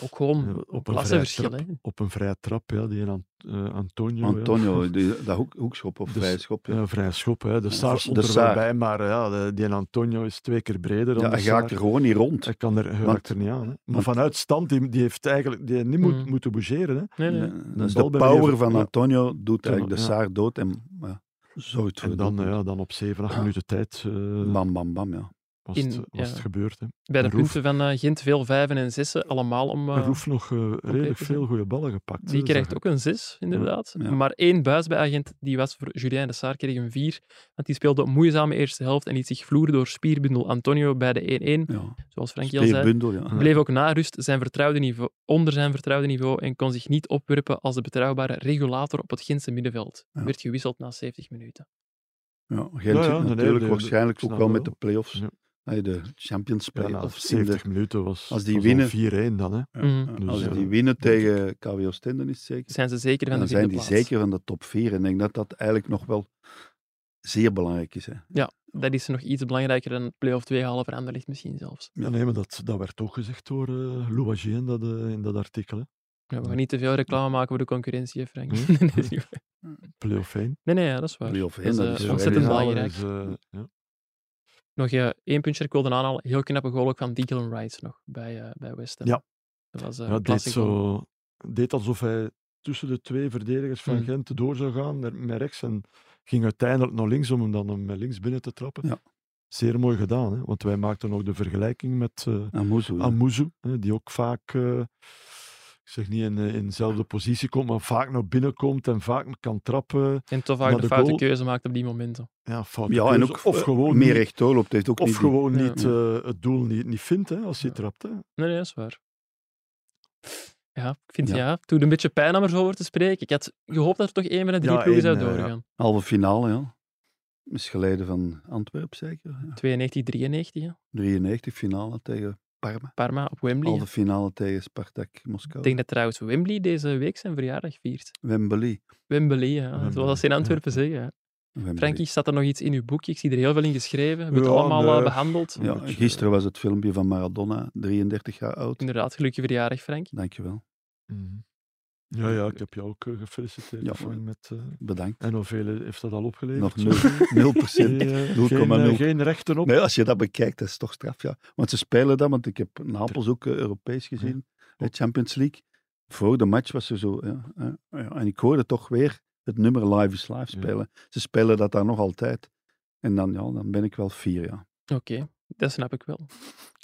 Speaker 1: Ook gewoon
Speaker 4: Eh,
Speaker 1: Hm. een
Speaker 4: op een vrije
Speaker 1: klassenverschil,
Speaker 4: trap,
Speaker 1: hè.
Speaker 4: op een vrije trap, ja, die in Ant- eh, Antonio. ja.
Speaker 5: Antonio, die, dat hoek, hoekschop of
Speaker 4: Dus,
Speaker 5: vrije schop. Ja.
Speaker 4: Ja, vrij schop, hè. de Saar
Speaker 5: de
Speaker 4: stond er
Speaker 5: Saar.
Speaker 4: wel bij, maar eh, ja, de- die Antonio is twee keer breder dan
Speaker 5: Ja,
Speaker 4: de
Speaker 5: hij raakt
Speaker 4: Saar.
Speaker 5: er gewoon niet rond.
Speaker 4: Hij kan er, hij
Speaker 5: Want-
Speaker 4: raakt er niet aan. Hè. Maar
Speaker 5: want-
Speaker 4: vanuit stand, die, die heeft eigenlijk die niet moet,
Speaker 1: Mm.
Speaker 4: moeten bougeren. Hè.
Speaker 1: Nee, nee.
Speaker 5: Ja, Dus
Speaker 4: bal
Speaker 5: de
Speaker 4: bij meneer
Speaker 5: power
Speaker 4: Ver-
Speaker 5: van
Speaker 4: ja.
Speaker 5: Antonio doet
Speaker 4: Ja,
Speaker 5: eigenlijk de
Speaker 4: ja.
Speaker 5: Saar dood en ja, zorgt voor
Speaker 4: En
Speaker 5: de
Speaker 4: dan, eh,
Speaker 5: doelpunt.
Speaker 4: ja, dan op 7, 8 minuten tijd eh,
Speaker 5: Bam, bam, bam, ja.
Speaker 4: was,
Speaker 1: In-
Speaker 4: het, was
Speaker 1: ja.
Speaker 4: het gebeurd. Hè.
Speaker 1: Bij de
Speaker 4: Roef.
Speaker 1: punten van eh Gent veel vijven en zessen, allemaal om... eh,
Speaker 4: En Roef nog eh, redelijk
Speaker 1: hè?
Speaker 4: veel goede ballen gepakt.
Speaker 1: die
Speaker 4: hè,
Speaker 1: krijgt
Speaker 4: zag ik.
Speaker 1: ook een zes, inderdaad.
Speaker 5: Ja.
Speaker 1: Maar één buis bij agent, die was voor Julien de Saar, kreeg een vier. Want die speelde een moeizame eerste helft en liet zich vloeren door spierbundel Antonio bij de 1-1.
Speaker 5: ja.
Speaker 1: Zoals Frankie al zei,
Speaker 5: Speerbundel, ja.
Speaker 1: bleef ook na rust zijn vertrouwde niveau, onder zijn vertrouwde niveau en kon zich niet opwerpen als de betrouwbare regulator op het Gentse middenveld.
Speaker 5: Ja.
Speaker 1: Werd gewisseld na 70 minuten.
Speaker 5: ja. Gent
Speaker 4: Ja, ja,
Speaker 5: zit
Speaker 4: nee, nee,
Speaker 5: natuurlijk
Speaker 4: die-
Speaker 5: waarschijnlijk
Speaker 4: snap
Speaker 5: ook wel
Speaker 4: ik
Speaker 5: met de
Speaker 4: wel.
Speaker 5: play-offs.
Speaker 4: Ja.
Speaker 5: Nee, de Champions
Speaker 4: Ja, nou, na
Speaker 5: play-offs. in
Speaker 4: 70 minuten was
Speaker 5: als die
Speaker 4: was al
Speaker 5: winnen-
Speaker 4: 4-1 dan. Hè.
Speaker 5: de-
Speaker 1: Mhm.
Speaker 5: ja, als
Speaker 4: Dus,
Speaker 5: die
Speaker 4: eh,
Speaker 5: winnen tegen KW Oostende is het zeker.
Speaker 1: Dus Zijn ze zeker van
Speaker 5: Dan
Speaker 1: de
Speaker 5: zijn
Speaker 1: vierde
Speaker 5: die
Speaker 1: plaats.
Speaker 5: zeker van de top 4. En ik denk dat dat eigenlijk nog wel zeer belangrijk is. Hè.
Speaker 1: Dat is nog iets belangrijker dan een play-off 2 halen voor Anderlecht misschien zelfs.
Speaker 4: Ja, nee, maar dat, dat werd ook gezegd door eh Louagie in dat, eh, in dat artikel. Hè.
Speaker 1: Ja, we gaan niet te veel reclame maken voor de concurrentie, hè, Frank.
Speaker 4: Nee.
Speaker 1: Nee, dat is niet waar.
Speaker 4: Play-off 1.
Speaker 1: nee, nee, ja, dat is waar.
Speaker 5: Play-off één,
Speaker 1: is,
Speaker 5: dat
Speaker 1: eh,
Speaker 5: is wel
Speaker 1: ontzettend
Speaker 5: heel
Speaker 1: belangrijk.
Speaker 4: Dus, eh, ja.
Speaker 1: Nog eh, één puntje dat ik wilde aanhalen. Heel knappe goal ook van Declan Rice nog bij, eh, bij West Ham.
Speaker 4: Ja.
Speaker 1: Dat was eh, een
Speaker 4: Ja, het deed,
Speaker 1: klasse goal.
Speaker 4: zo, deed alsof hij tussen de twee verdedigers van
Speaker 1: Mm.
Speaker 4: Gent door zou gaan met- met rechts en ging uiteindelijk naar links om hem dan eh, met links binnen te trappen.
Speaker 5: Ja.
Speaker 4: Zeer mooi gedaan, hè? want wij maakten ook de vergelijking met eh
Speaker 5: Amuzu, ja.
Speaker 4: Amuzu, hè, die ook vaak, eh, ik zeg niet in, eh, in dezelfde positie komt, maar vaak naar binnen komt en vaak kan trappen.
Speaker 1: En toch vaak
Speaker 4: Maar
Speaker 1: de,
Speaker 4: de
Speaker 1: foute
Speaker 4: goal-
Speaker 1: keuze maakt op die momenten.
Speaker 4: Ja, foute
Speaker 5: ja, en
Speaker 4: keuze.
Speaker 5: ook
Speaker 4: of
Speaker 5: eh,
Speaker 4: gewoon
Speaker 5: meer
Speaker 4: niet,
Speaker 5: rechtdoor loopt. Heeft ook
Speaker 4: of
Speaker 5: niet die-
Speaker 4: gewoon
Speaker 1: Ja.
Speaker 4: niet eh, het doel niet, niet vindt hè, als hij
Speaker 1: Ja.
Speaker 4: trapt. Hè.
Speaker 1: Nee, nee, dat is waar. Ja, ik vind ja.
Speaker 5: Ja.
Speaker 1: het doet een beetje pijn om er zo over te spreken. Ik had gehoopt dat er toch één van de drie
Speaker 4: Ja,
Speaker 1: ploegen
Speaker 4: één,
Speaker 1: zou
Speaker 4: eh, ja.
Speaker 1: doorgaan.
Speaker 5: halve finale. Ja. Is geleden van Antwerpen zeker. Ja.
Speaker 1: 92, 93, ja.
Speaker 5: 93 finale tegen Parma.
Speaker 1: Parma op Wembley.
Speaker 5: Halve finale tegen Spartak Moskou.
Speaker 1: Ik denk dat trouwens Wembley deze week zijn verjaardag viert.
Speaker 5: Wembley.
Speaker 1: Wembley, ja.
Speaker 4: Wembley,
Speaker 1: Zoals dat ze in
Speaker 4: ja.
Speaker 1: Antwerpen zeggen. ja.
Speaker 5: Wembley.
Speaker 1: Frankie, staat er nog iets in uw boekje? Ik zie er heel veel in geschreven. Hebben we het
Speaker 4: Ja,
Speaker 1: allemaal eh,
Speaker 4: nee.
Speaker 1: behandeld?
Speaker 5: Ja,
Speaker 4: Moet je-
Speaker 5: gisteren
Speaker 1: eh,
Speaker 5: was het filmpje van Maradona, 33 jaar oud.
Speaker 1: Inderdaad, gelukkig verjaardag, Frank.
Speaker 5: Dankjewel.
Speaker 4: Mhm. Ja, ja, ik heb jou ook eh, gefeliciteerd.
Speaker 5: Ja,
Speaker 4: Frank, met, eh,
Speaker 5: Bedankt.
Speaker 4: en hoeveel heeft dat al
Speaker 5: Nog
Speaker 4: opgeleverd?
Speaker 5: 0, 0%.
Speaker 4: Geen, eh,
Speaker 5: nul
Speaker 4: geen,
Speaker 5: komma
Speaker 4: eh,
Speaker 5: nul.
Speaker 4: geen rechten op.
Speaker 5: Nee, als je dat bekijkt, dat is toch straf, ja. Want ze spelen dat, want ik heb Napels ook eh, Europees gezien, de Champions League. Voor de match was ze zo, ja, ja, ja. En ik hoorde toch weer het nummer Live is Live
Speaker 4: Ja.
Speaker 5: spelen. Ze spelen dat daar nog altijd. En dan, ja, dan ben ik wel vier, ja.
Speaker 1: Oké, dat snap ik wel.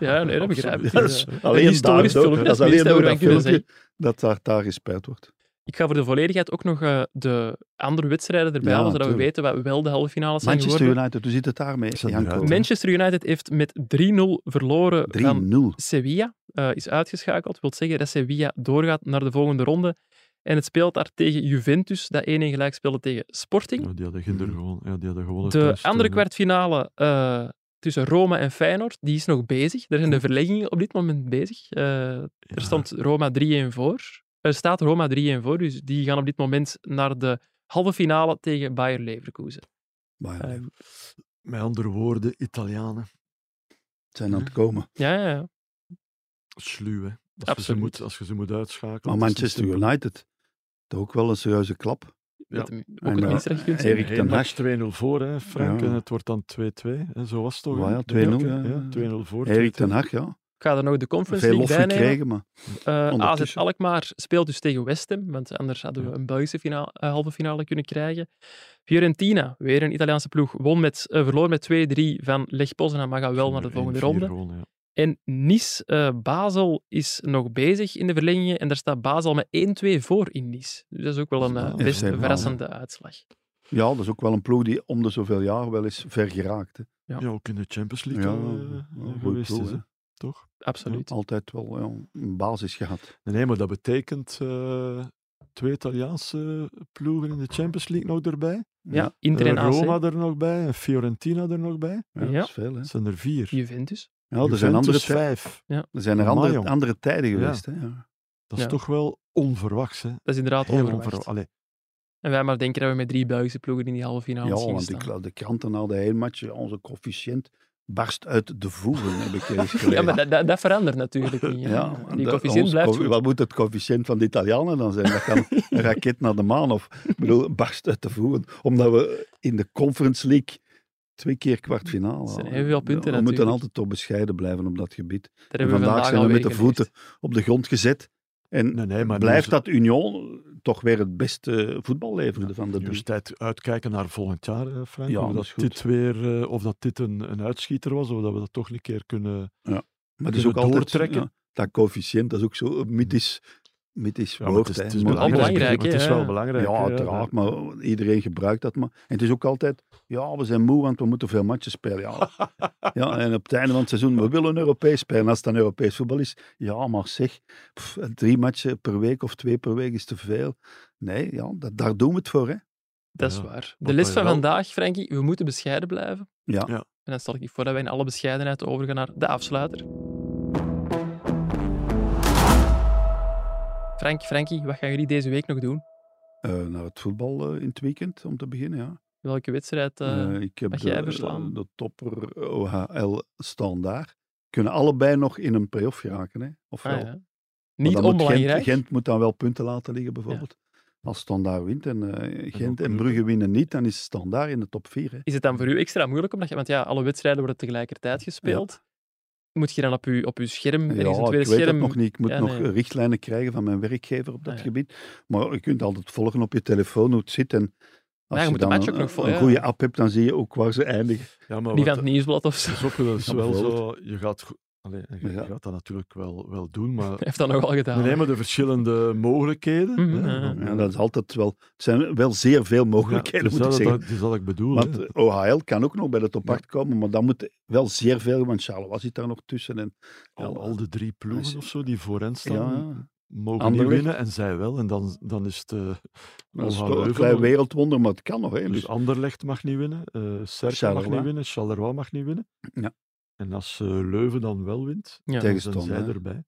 Speaker 1: Ja, nee, dat begrijp ik.
Speaker 4: Absoluut.
Speaker 1: Dus, eh,
Speaker 5: Alleen
Speaker 1: historisch
Speaker 5: daar,
Speaker 1: filmpje,
Speaker 5: dat is
Speaker 1: dat is
Speaker 5: alleen
Speaker 1: het
Speaker 5: door
Speaker 1: minste
Speaker 5: dat
Speaker 1: wat we kunnen
Speaker 5: filmpje dat daar, daar gespeeld wordt.
Speaker 1: Ik ga voor de volledigheid ook nog eh, de andere wedstrijden erbij
Speaker 5: Ja,
Speaker 1: halen, zodat we
Speaker 5: tuurlijk.
Speaker 1: weten wat wel de halve finales zijn
Speaker 5: Manchester
Speaker 1: geworden.
Speaker 5: United, hoe zit het daarmee?
Speaker 4: Is dat
Speaker 5: Janko?
Speaker 4: eruit, hè?
Speaker 1: Manchester United heeft met 3-0 verloren van
Speaker 5: 3-0.
Speaker 1: Sevilla. eh, is uitgeschakeld. wil zeggen dat Sevilla doorgaat naar de volgende ronde. En het speelt daar tegen Juventus, dat 1-1 gelijk speelde tegen Sporting.
Speaker 4: Ja, die hadden ginder gewoon. Ja, die hadden gewonnen
Speaker 1: De
Speaker 4: thuis,
Speaker 1: andere
Speaker 4: eh,
Speaker 1: kwartfinale eh, tussen Roma en Feyenoord, die is nog bezig. Er zijn de verleggingen op dit moment bezig. Eh,
Speaker 4: ja.
Speaker 1: Er stond Roma 3-1 voor. Er staat Roma 3-1 voor, dus die gaan op dit moment naar de halve finale tegen Bayer Leverkusen.
Speaker 5: Maar ja,
Speaker 1: Ehm,
Speaker 4: Met andere woorden, Italianen.
Speaker 5: het zijn aan het komen.
Speaker 1: ja, ja, ja.
Speaker 4: Sluw, hè. Als, je ze
Speaker 1: Absoluut.
Speaker 4: moet, als je ze moet
Speaker 5: Maar
Speaker 4: uitschakelen. dat is niet
Speaker 5: Manchester
Speaker 4: simpel.
Speaker 5: United, toch ook wel een serieuze klap.
Speaker 4: Ja.
Speaker 1: Dat hem ook
Speaker 5: En,
Speaker 1: het
Speaker 5: eh,
Speaker 1: minst recht kunt
Speaker 5: Erik
Speaker 4: Eén
Speaker 5: ten Hag.
Speaker 4: match 2-0 voor, hè, Frank.
Speaker 5: Ja.
Speaker 4: En het wordt dan 2-2. hè. Zo was het toch?
Speaker 5: Ja,
Speaker 4: hè?
Speaker 5: ja,
Speaker 4: Ik
Speaker 5: 2-0,
Speaker 4: denk, hè.
Speaker 5: ja.
Speaker 4: Ja, 2-0 voor.
Speaker 5: Erik
Speaker 4: 2-2.
Speaker 5: ten Hag, ja.
Speaker 1: Ik ga er nog de Conference
Speaker 5: Veel
Speaker 1: League
Speaker 5: lof
Speaker 1: bij nemen.
Speaker 5: gekregen, maar
Speaker 1: Eh, AZ
Speaker 5: ondertussen.
Speaker 1: Alkmaar speelt dus tegen West Ham, want anders hadden we
Speaker 4: Ja.
Speaker 1: een Belgische finale, eh, halve finale kunnen krijgen. Fiorentina, weer een Italiaanse ploeg, won met, eh, verloor met 2-3 van Lech Poznan, maar gaat wel naar de volgende
Speaker 4: 1-4
Speaker 1: ronde.
Speaker 4: gewonnen, ja.
Speaker 1: En Nice, eh, Basel is nog bezig in de verlengingen en daar staat Basel met 1-2 voor in Nice. Dus dat is ook wel een eh,
Speaker 5: Ja,
Speaker 1: best
Speaker 5: FC Basel.
Speaker 1: verrassende uitslag.
Speaker 5: ja, dat is ook wel een ploeg die om de zoveel jaar wel eens ver geraakt. Hè.
Speaker 1: Ja.
Speaker 4: Ja, ook in de Champions
Speaker 5: Ja,
Speaker 4: League al, eh,
Speaker 5: ja, goeie
Speaker 4: geweest
Speaker 5: ploeg,
Speaker 4: is. hè.
Speaker 5: hè.
Speaker 4: toch?
Speaker 1: Absoluut.
Speaker 5: Altijd wel ja, een basis gehad.
Speaker 4: Nee, nee, maar dat betekent eh, twee Italiaanse ploegen in de Champions League nog erbij.
Speaker 1: Ja, Inter en
Speaker 4: Eh,
Speaker 1: AC.
Speaker 4: Roma er nog bij en Fiorentina er nog bij.
Speaker 5: Ja,
Speaker 1: Ja.
Speaker 5: Dat is veel, hè.
Speaker 4: Dat zijn er vier. Nou,
Speaker 1: Juventus.
Speaker 5: Ja, er zijn andere,
Speaker 4: Juventus
Speaker 5: tij-
Speaker 4: vijf.
Speaker 5: er zijn er
Speaker 4: Amai,
Speaker 5: andere,
Speaker 4: jong.
Speaker 5: andere tijden
Speaker 4: Ja.
Speaker 5: geweest. Hè? Ja.
Speaker 4: Dat is
Speaker 1: Ja.
Speaker 4: toch wel onverwachts, hè?
Speaker 1: Dat is inderdaad
Speaker 4: Heel
Speaker 1: onverwacht.
Speaker 4: onverwacht. Allee,
Speaker 1: En wij maar denken dat we met drie Belgische ploegen in die halve finale
Speaker 5: Ja,
Speaker 1: misschien
Speaker 5: want
Speaker 1: staan.
Speaker 5: ik, la- de kranten hadden heel match. ja, Onze coëfficiënt barst uit de voegen, heb ik eens gelezen.
Speaker 1: Ja, maar dat, dat, dat verandert natuurlijk niet. hè.
Speaker 5: Ja,
Speaker 1: die
Speaker 5: de-
Speaker 1: coëfficiënt
Speaker 5: ons
Speaker 1: blijft
Speaker 5: co-
Speaker 1: goed.
Speaker 5: Wat moet het coëfficiënt van de Italianen dan zijn? Dat kan een raket naar de maan of ik bedoel, barst uit de voegen. Omdat we in de Conference League twee keer kwartfinale
Speaker 1: Dat zijn
Speaker 5: halen.
Speaker 1: heel veel punten
Speaker 5: We moeten
Speaker 1: natuurlijk.
Speaker 5: altijd toch bescheiden blijven op dat gebied.
Speaker 1: Daar hebben we
Speaker 5: vandaag zijn we
Speaker 1: al
Speaker 5: met de
Speaker 1: weken geweest.
Speaker 5: voeten op de grond gezet. En
Speaker 4: nee, nee, maar nu
Speaker 5: blijft
Speaker 4: is-
Speaker 5: dat Union toch weer het beste voetbal leveren van de
Speaker 4: nu is
Speaker 5: drie.
Speaker 4: tijd uitkijken naar volgend jaar, eh, Frank.
Speaker 5: Ja,
Speaker 4: of,
Speaker 5: dat
Speaker 4: dat
Speaker 5: is goed.
Speaker 4: dit weer, eh, of dat dit een, een uitschieter was, of dat we dat toch een keer kunnen...
Speaker 5: Maar het is ook altijd
Speaker 4: kunnen doortrekken.
Speaker 5: ja, dat coëfficiënt, dat is ook zo een mythisch, mythisch
Speaker 4: Ja, maar
Speaker 5: woord.
Speaker 4: het is,
Speaker 5: hè.
Speaker 4: het is
Speaker 5: Maar-
Speaker 4: belangrijk.
Speaker 1: belangrijk,
Speaker 4: maar het is
Speaker 1: hè,
Speaker 4: wel
Speaker 1: ja.
Speaker 4: belangrijk.
Speaker 5: Ja,
Speaker 4: hè,
Speaker 5: uiteraard, maar iedereen gebruikt dat. Maar en het is ook altijd, ja, we zijn moe, want we moeten veel matches spelen. Ja. ja, en op het einde van het seizoen, we willen Europees spelen. Als het dan Europees voetbal is, ja, maar zeg, pff, drie matchen per week of twee per week is te veel. Nee, ja, dat, daar doen we het voor, hè.
Speaker 1: Dat is
Speaker 4: Ja.
Speaker 1: waar. De
Speaker 4: Wat
Speaker 1: les
Speaker 4: wij
Speaker 1: van
Speaker 4: wel-
Speaker 1: vandaag, Frankie, we moeten bescheiden blijven.
Speaker 5: Ja.
Speaker 4: Ja.
Speaker 1: En dan stel ik voor dat wij in alle bescheidenheid overgaan naar de afsluiter. Frank, Frankie, wat gaan jullie deze week nog doen?
Speaker 5: Eh, naar het voetbal eh, in het weekend, om te beginnen, ja.
Speaker 1: Welke wedstrijd? eh,
Speaker 5: Eh, ik heb
Speaker 1: mag
Speaker 5: de, eh,
Speaker 1: jij verslaan?
Speaker 5: de topper OHL standaard. Kunnen allebei nog in een play-off geraken, hè. Ofwel,
Speaker 1: ah, ja.
Speaker 5: Maar
Speaker 1: Niet
Speaker 5: dan moet
Speaker 1: onbelangrijk.
Speaker 5: Gent, Gent moet dan wel punten laten liggen, bijvoorbeeld. Als Standaard wint en eh, Gent en
Speaker 4: Brugge.
Speaker 5: Brugge winnen niet, dan is Standaard in de top 4. Hè.
Speaker 1: Is het dan voor u extra moeilijk? Omdat je, want ja, alle wedstrijden worden tegelijkertijd gespeeld. Moet je dan op je, op uw scherm,
Speaker 5: Ja,
Speaker 1: ergens een tweede
Speaker 5: ik weet het
Speaker 1: scherm...
Speaker 5: nog niet. Ik moet
Speaker 1: Ja,
Speaker 5: nog
Speaker 1: nee.
Speaker 5: richtlijnen krijgen van mijn werkgever op dat
Speaker 1: Ah, ja.
Speaker 5: gebied. Maar je kunt altijd volgen op je telefoon hoe het zit. En als
Speaker 1: je
Speaker 5: je,
Speaker 1: moet de
Speaker 5: dan
Speaker 1: match
Speaker 5: een,
Speaker 1: ook nog volgen,
Speaker 5: een
Speaker 1: ja.
Speaker 5: goede app hebt, dan zie je ook waar ze eindigen.
Speaker 4: Ja, maar
Speaker 1: Niet
Speaker 4: wat-
Speaker 1: van het nieuwsblad of zo.
Speaker 4: Het is ook wel, eens
Speaker 5: Ja,
Speaker 4: wel zo,
Speaker 5: bijvoorbeeld.
Speaker 4: je gaat, go- allee, je,
Speaker 5: Ja.
Speaker 4: je gaat dat natuurlijk wel, wel doen, maar
Speaker 1: Heeft dat nogal gedaan.
Speaker 4: we nemen de verschillende mogelijkheden.
Speaker 1: Mhm, ja,
Speaker 4: hè,
Speaker 1: ja.
Speaker 4: dan-
Speaker 5: Ja, dat is altijd wel, het zijn wel zeer veel
Speaker 4: Ja,
Speaker 5: mogelijkheden,
Speaker 4: dus
Speaker 5: moet ik
Speaker 4: dat,
Speaker 5: zeggen.
Speaker 4: dat, dus dat ik bedoel. hè.
Speaker 5: Want eh, OHL kan ook nog bij de top 8 komen, maar dan moet wel zeer veel, want Charleroi zit daar nog tussen. En,
Speaker 4: eh, al, al de drie
Speaker 5: Dus-
Speaker 4: ploegen of zo die voor hen staan,
Speaker 5: ja.
Speaker 4: mogen
Speaker 5: Anderlecht.
Speaker 4: niet winnen en zij wel. En dan, dan is het... eh,
Speaker 5: Dat is
Speaker 4: Oha,
Speaker 5: toch een
Speaker 4: Leuven
Speaker 5: klein
Speaker 4: nog.
Speaker 5: wereldwonder, maar het kan nog. Hè?
Speaker 4: Dus
Speaker 5: Dus,
Speaker 4: Anderlecht mag niet winnen, eh Cercle mag
Speaker 5: Charleroi.
Speaker 4: niet winnen, Charleroi mag niet winnen.
Speaker 5: Ja.
Speaker 4: En als eh, Leuven dan wel wint,
Speaker 1: Ja.
Speaker 4: dan zijn
Speaker 5: Tegenstander,
Speaker 4: zij
Speaker 5: hè.
Speaker 4: erbij.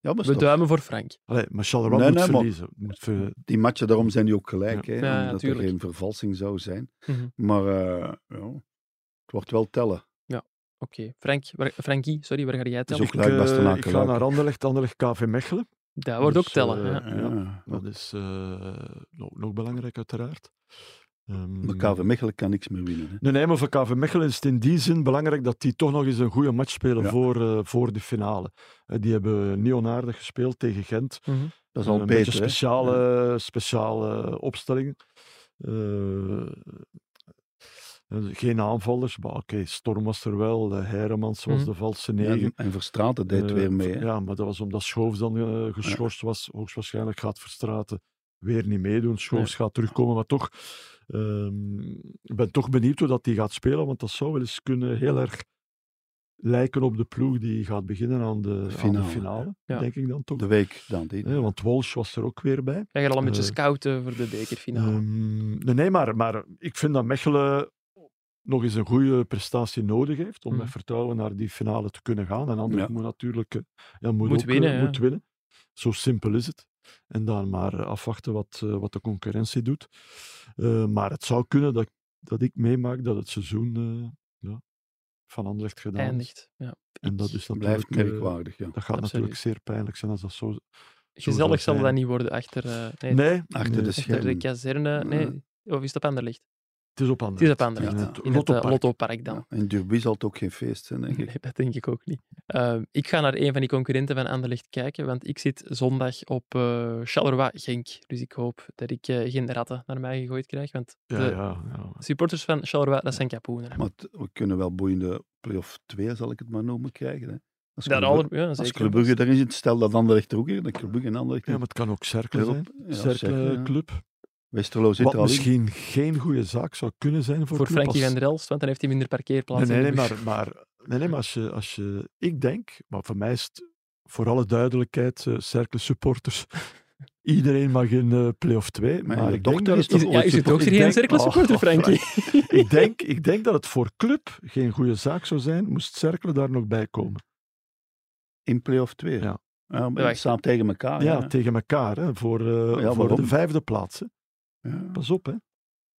Speaker 5: ja, maar
Speaker 1: We
Speaker 5: stop.
Speaker 1: duimen voor Frank.
Speaker 4: Allee, maar Charleroi
Speaker 5: Nee,
Speaker 4: moet
Speaker 5: nee, maar-
Speaker 4: verliezen. Moet ver-
Speaker 5: die matchen daarom zijn die ook gelijk. Hè?
Speaker 1: Ja,
Speaker 5: omdat er
Speaker 1: tuurlijk.
Speaker 5: geen vervalsing zou zijn.
Speaker 1: Mhm.
Speaker 5: Maar eh, ja, het wordt wel tellen.
Speaker 1: Oké, Frank, waar- Frankie, sorry, waar ga jij
Speaker 5: is
Speaker 1: tellen?
Speaker 5: ook luik,
Speaker 4: eh,
Speaker 5: Bastenaken,
Speaker 4: ik ga
Speaker 5: luik.
Speaker 4: naar Anderlecht, Anderlecht KV Mechelen.
Speaker 1: Dat wordt
Speaker 4: dus,
Speaker 1: ook tellen.
Speaker 4: eh,
Speaker 1: ja.
Speaker 5: Ja.
Speaker 4: Ja. Dat is eh, nog, nog belangrijk, uiteraard. Ehm,
Speaker 5: Maar KV Mechelen kan niks meer winnen. Hè?
Speaker 4: Nee, nee, maar voor KV Mechelen is het in die zin belangrijk dat die toch nog eens een goede match spelen
Speaker 5: Ja.
Speaker 4: voor, eh, voor de finale. Eh, die hebben niet onaardig gespeeld tegen Gent. Eh,
Speaker 1: Mhm.
Speaker 5: Dat is al
Speaker 4: een
Speaker 5: beter.
Speaker 4: beetje
Speaker 5: hè.
Speaker 4: speciale, speciale opstelling. Eh, eh, geen aanvallers, maar oké, Storm was er wel, eh, Heiremans was
Speaker 1: Mhm.
Speaker 4: de valse
Speaker 5: Ja,
Speaker 4: negen.
Speaker 5: en, en Verstraten deed
Speaker 4: Eh,
Speaker 5: weer mee. Hè?
Speaker 4: Ja, maar dat was omdat Schoofs dan eh, geschorst was. Hoogstwaarschijnlijk gaat Verstraten weer niet meedoen. Schoofs gaat terugkomen, maar toch... ehm, ik ben toch benieuwd hoe dat die gaat spelen, want dat zou wel eens kunnen heel erg lijken op de ploeg die gaat beginnen aan de aan de finale,
Speaker 5: Finale.
Speaker 1: Ja.
Speaker 4: denk ik dan toch.
Speaker 5: De week dan. Die.
Speaker 4: Eh, want Walsh was er ook weer bij.
Speaker 1: Jij gaat al een beetje
Speaker 4: Eh,
Speaker 1: scouten voor de bekerfinale.
Speaker 4: Ehm, nee, nee, maar, maar ik vind dat Mechelen nog eens een goede prestatie nodig heeft om
Speaker 1: Mhm.
Speaker 4: met vertrouwen naar die finale te kunnen gaan. En anders
Speaker 5: Ja.
Speaker 4: moet natuurlijk eh, ja, moet
Speaker 1: Moet
Speaker 4: ook, eh,
Speaker 1: winnen, ja.
Speaker 4: moet winnen. Zo simpel is het. En dan maar eh, afwachten wat, eh, wat de concurrentie doet. Eh, maar het zou kunnen dat, dat ik meemaak dat het seizoen eh, ja, van Anderlecht gedaan is.
Speaker 1: Eindigt. Ja.
Speaker 4: En dat is
Speaker 5: Blijft
Speaker 4: natuurlijk, eh,
Speaker 5: merkwaardig. Ja.
Speaker 4: dat gaat natuurlijk
Speaker 1: Absoluut.
Speaker 4: zeer pijnlijk zijn als dat zo... zou
Speaker 1: Gezellig zal dat
Speaker 4: zijn.
Speaker 1: niet worden achter, eh, nee,
Speaker 5: Achter
Speaker 4: Nee, nee,
Speaker 5: de
Speaker 1: achter de
Speaker 5: schermen.
Speaker 1: kazerne. Nee. Of is het op Anderlicht?
Speaker 4: het is op
Speaker 1: Het is
Speaker 4: Anderlecht.
Speaker 1: op Anderlicht.
Speaker 5: Ja.
Speaker 4: In
Speaker 1: In het eh,
Speaker 4: Lottopark.
Speaker 1: Lottopark dan.
Speaker 5: Ja. En Derby zal het ook geen feest zijn, denk ik.
Speaker 1: Nee, dat denk ik ook niet. Ehm, ik ga naar een van die concurrenten van Anderlecht kijken, want ik zit zondag op eh Charleroi-Genk. Dus ik hoop dat ik eh, geen ratten naar mij gegooid krijg, want
Speaker 4: Ja,
Speaker 1: de
Speaker 4: ja, ja.
Speaker 1: supporters van Charleroi, dat zijn kapoenen. hè.
Speaker 5: Maar het- we kunnen wel boeiende play-off 2, zal ik het maar noemen, krijgen. Hè. Als
Speaker 1: Dat
Speaker 5: Club-
Speaker 1: aller, ja,
Speaker 5: Als
Speaker 1: zeker.
Speaker 5: Club Brugge daarin zit, stel dat Anderlecht er ook in. Dat Club Brugge en Anderlecht
Speaker 4: Ja, maar
Speaker 5: in.
Speaker 4: het kan ook Cercle
Speaker 5: Club,
Speaker 4: zijn.
Speaker 5: ja,
Speaker 4: Cercle
Speaker 5: Cercle, ja.
Speaker 4: Club.
Speaker 5: Westerlo zit
Speaker 4: Wat
Speaker 5: er al in.
Speaker 4: misschien geen goede zaak zou kunnen zijn voor,
Speaker 1: voor
Speaker 4: Club
Speaker 1: Frankie
Speaker 4: als-
Speaker 1: van der Elst, want dan heeft hij minder parkeerplaatsen.
Speaker 4: Nee, nee, nee,
Speaker 1: in de bus.
Speaker 4: maar, maar Nee, nee, maar als je, als je... Ik denk, maar voor mij is het voor alle duidelijkheid, eh Cercle supporters, iedereen mag in eh play-off 2. Maar,
Speaker 5: Maar je
Speaker 4: ik denk
Speaker 5: dochter
Speaker 4: dat
Speaker 5: is
Speaker 4: het-
Speaker 5: toch
Speaker 1: Is, ja, is het ook
Speaker 4: Ik
Speaker 1: hier geen
Speaker 4: denk-
Speaker 1: cirkel supporter,
Speaker 4: Oh,
Speaker 1: Frankie?
Speaker 4: ik, denk, ik denk dat het voor club geen goede zaak zou zijn, moest Cercle daar nog bij komen.
Speaker 5: In play-off 2.
Speaker 4: Ja.
Speaker 5: maar die
Speaker 1: Wacht.
Speaker 5: staan tegen
Speaker 1: Ah,
Speaker 5: elkaar.
Speaker 4: ja,
Speaker 5: Ja,
Speaker 4: tegen elkaar, hè, voor, eh, voor
Speaker 5: waarom?
Speaker 4: de vijfde plaats. Hè.
Speaker 5: Ja.
Speaker 4: Pas op, hè.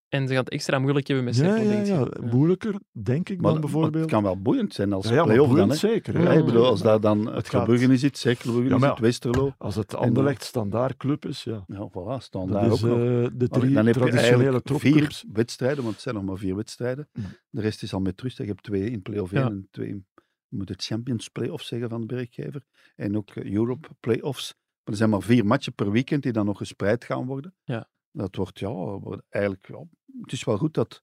Speaker 1: En ze gaan het extra moeilijk hebben met
Speaker 4: Ja,
Speaker 1: cirkel,
Speaker 4: ja,
Speaker 1: denk je.
Speaker 4: ja, moeilijker, denk ik
Speaker 5: Maar
Speaker 4: dan
Speaker 5: Het
Speaker 4: bijvoorbeeld.
Speaker 5: kan wel boeiend zijn als
Speaker 4: Ja, ja, maar
Speaker 5: play-off dan.
Speaker 4: boeiend
Speaker 5: Hè.
Speaker 4: zeker. hè.
Speaker 5: Ja, ik bedoel, als daar dan het
Speaker 4: gaat-
Speaker 5: Verbruggen in zit, Zekerbruggen
Speaker 4: Ja,
Speaker 5: in
Speaker 4: maar
Speaker 5: zit,
Speaker 4: ja.
Speaker 5: Westerlo.
Speaker 4: Als het Anderlecht standaard club is, ja.
Speaker 5: Ja, voilà, staan
Speaker 4: Dat
Speaker 5: daar
Speaker 4: is,
Speaker 5: ook nog.
Speaker 4: eh, de
Speaker 5: Allee,
Speaker 4: drie
Speaker 5: dan heb je
Speaker 4: traditionele
Speaker 5: eigenlijk vier
Speaker 4: topclubs.
Speaker 5: wedstrijden, want het zijn nog maar vier wedstrijden.
Speaker 4: Hm.
Speaker 5: De rest is al met rust. Je hebt twee in play-off
Speaker 1: Ja.
Speaker 5: 1 en twee in... Je moet het Champions Play-off zeggen van de berggever. En ook eh, Europe Play-offs. Maar er zijn maar vier matchen per weekend die dan nog gespreid gaan worden.
Speaker 1: Ja.
Speaker 5: Dat wordt, ja, wordt eigenlijk... Ja, het is wel goed dat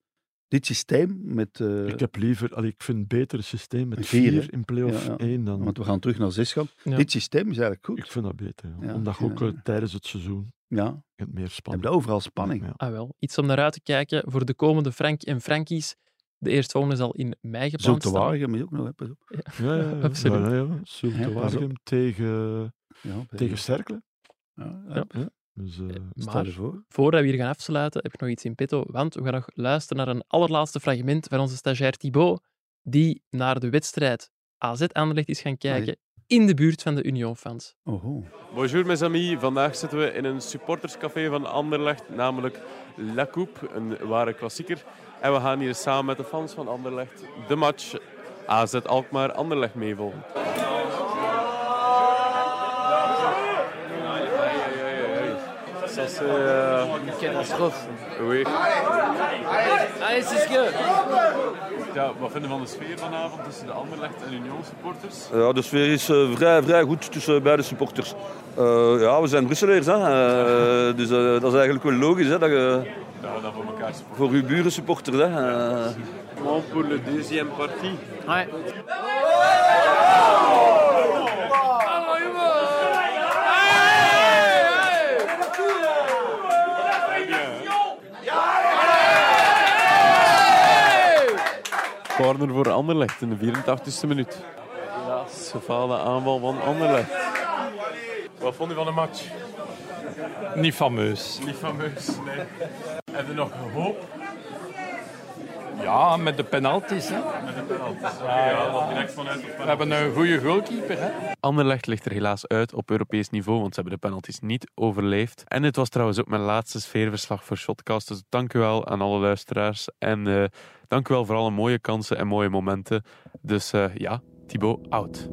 Speaker 5: dit systeem met... eh,
Speaker 4: Ik heb liever, allee, ik vind een beter systeem met
Speaker 5: Met vier,
Speaker 4: vier,
Speaker 5: hè?
Speaker 4: in play-off
Speaker 5: Ja, ja.
Speaker 4: 1 dan.
Speaker 5: want we gaan terug naar zes gaan.
Speaker 1: Ja.
Speaker 5: Dit systeem is eigenlijk
Speaker 4: Ik
Speaker 5: goed.
Speaker 4: vind dat beter, ja.
Speaker 5: Ja,
Speaker 4: omdat je ook
Speaker 5: ja,
Speaker 4: eh, tijdens het seizoen
Speaker 5: Ja,
Speaker 4: het meer
Speaker 5: je hebt
Speaker 4: spanning
Speaker 5: overal spanning.
Speaker 4: Ja.
Speaker 1: Ah wel, iets om naar uit te kijken voor de komende Frank en Frankies. De eerstvolgende zal in mei
Speaker 5: Zo
Speaker 1: gepland
Speaker 5: te
Speaker 1: staan.
Speaker 5: wagen, maar ook nog... hè, pas op.
Speaker 4: Ja, ja, ja.
Speaker 1: Absoluut.
Speaker 4: Ja, ja, ja. Zulte
Speaker 5: Ja, pas
Speaker 4: Waregem tegen,
Speaker 5: Ja,
Speaker 4: tegen Cercle.
Speaker 5: Ja, ja.
Speaker 1: Ja.
Speaker 4: Dus, eh,
Speaker 5: Stel
Speaker 1: Maar
Speaker 5: je voor.
Speaker 1: voordat we hier gaan afsluiten, heb ik nog iets in petto. Want we gaan nog luisteren naar een allerlaatste fragment van onze stagiair Thibaut, die naar de wedstrijd AZ Anderlecht is gaan kijken in de buurt van de Union-fans.
Speaker 5: Oho.
Speaker 7: Bonjour mes amis, vandaag zitten we in een supporterscafé van Anderlecht, namelijk La Coupe, een ware klassieker. En we gaan hier samen met de fans van Anderlecht de match AZ Alkmaar Anderlecht meevolgen. Ça c'est
Speaker 8: Catastrophe.
Speaker 7: oui.
Speaker 8: Allez, c'est ce que.
Speaker 7: Ja, wat vinden we van de sfeer vanavond tussen de Anderlecht en Union supporters?
Speaker 9: Ja, de sfeer is eh, vrij, vrij goed tussen beide supporters. Eh, ja, we zijn Brusselaars, hè. Eh, dus eh, dat is eigenlijk wel logisch hè, dat je
Speaker 7: Ja, dan voor elkaar supporters.
Speaker 9: voor je buren supportert. Hè. Eh,
Speaker 7: Pour de deuxième partie.
Speaker 8: Ouais.
Speaker 7: Corner voor Anderlecht in de 84e minuut. Helaas, gefaalde aanval van Anderlecht. Wat vond u van de match?
Speaker 10: Niet fameus.
Speaker 7: Niet fameus, nee. Heb je nog hoop?
Speaker 10: Ja, met de penalties. Hè.
Speaker 7: Ja, wat direct vanuit de
Speaker 10: We hebben een goede goalkeeper. Hè.
Speaker 7: Anderlecht ligt er helaas uit op Europees niveau, want ze hebben de penalties niet overleefd. En dit was trouwens ook mijn laatste sfeerverslag voor Shotcast. Dus dank u wel aan alle luisteraars. En eh, dank u wel voor alle mooie kansen en mooie momenten. Dus eh, ja, Thibaut, out.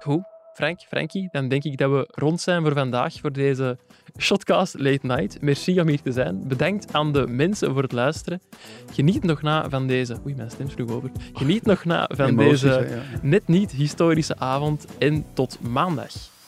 Speaker 1: Goed, Frank, Frankie, dan denk ik dat we rond zijn voor vandaag, voor deze Shotcast Late Night. Merci om hier te zijn. Bedankt aan de mensen voor het luisteren. Geniet nog na van deze... Oei, mijn stem sloeg over. Geniet nog na van
Speaker 5: Emoties,
Speaker 1: deze
Speaker 5: hè, ja.
Speaker 1: net niet historische avond en tot maandag.
Speaker 2: eh,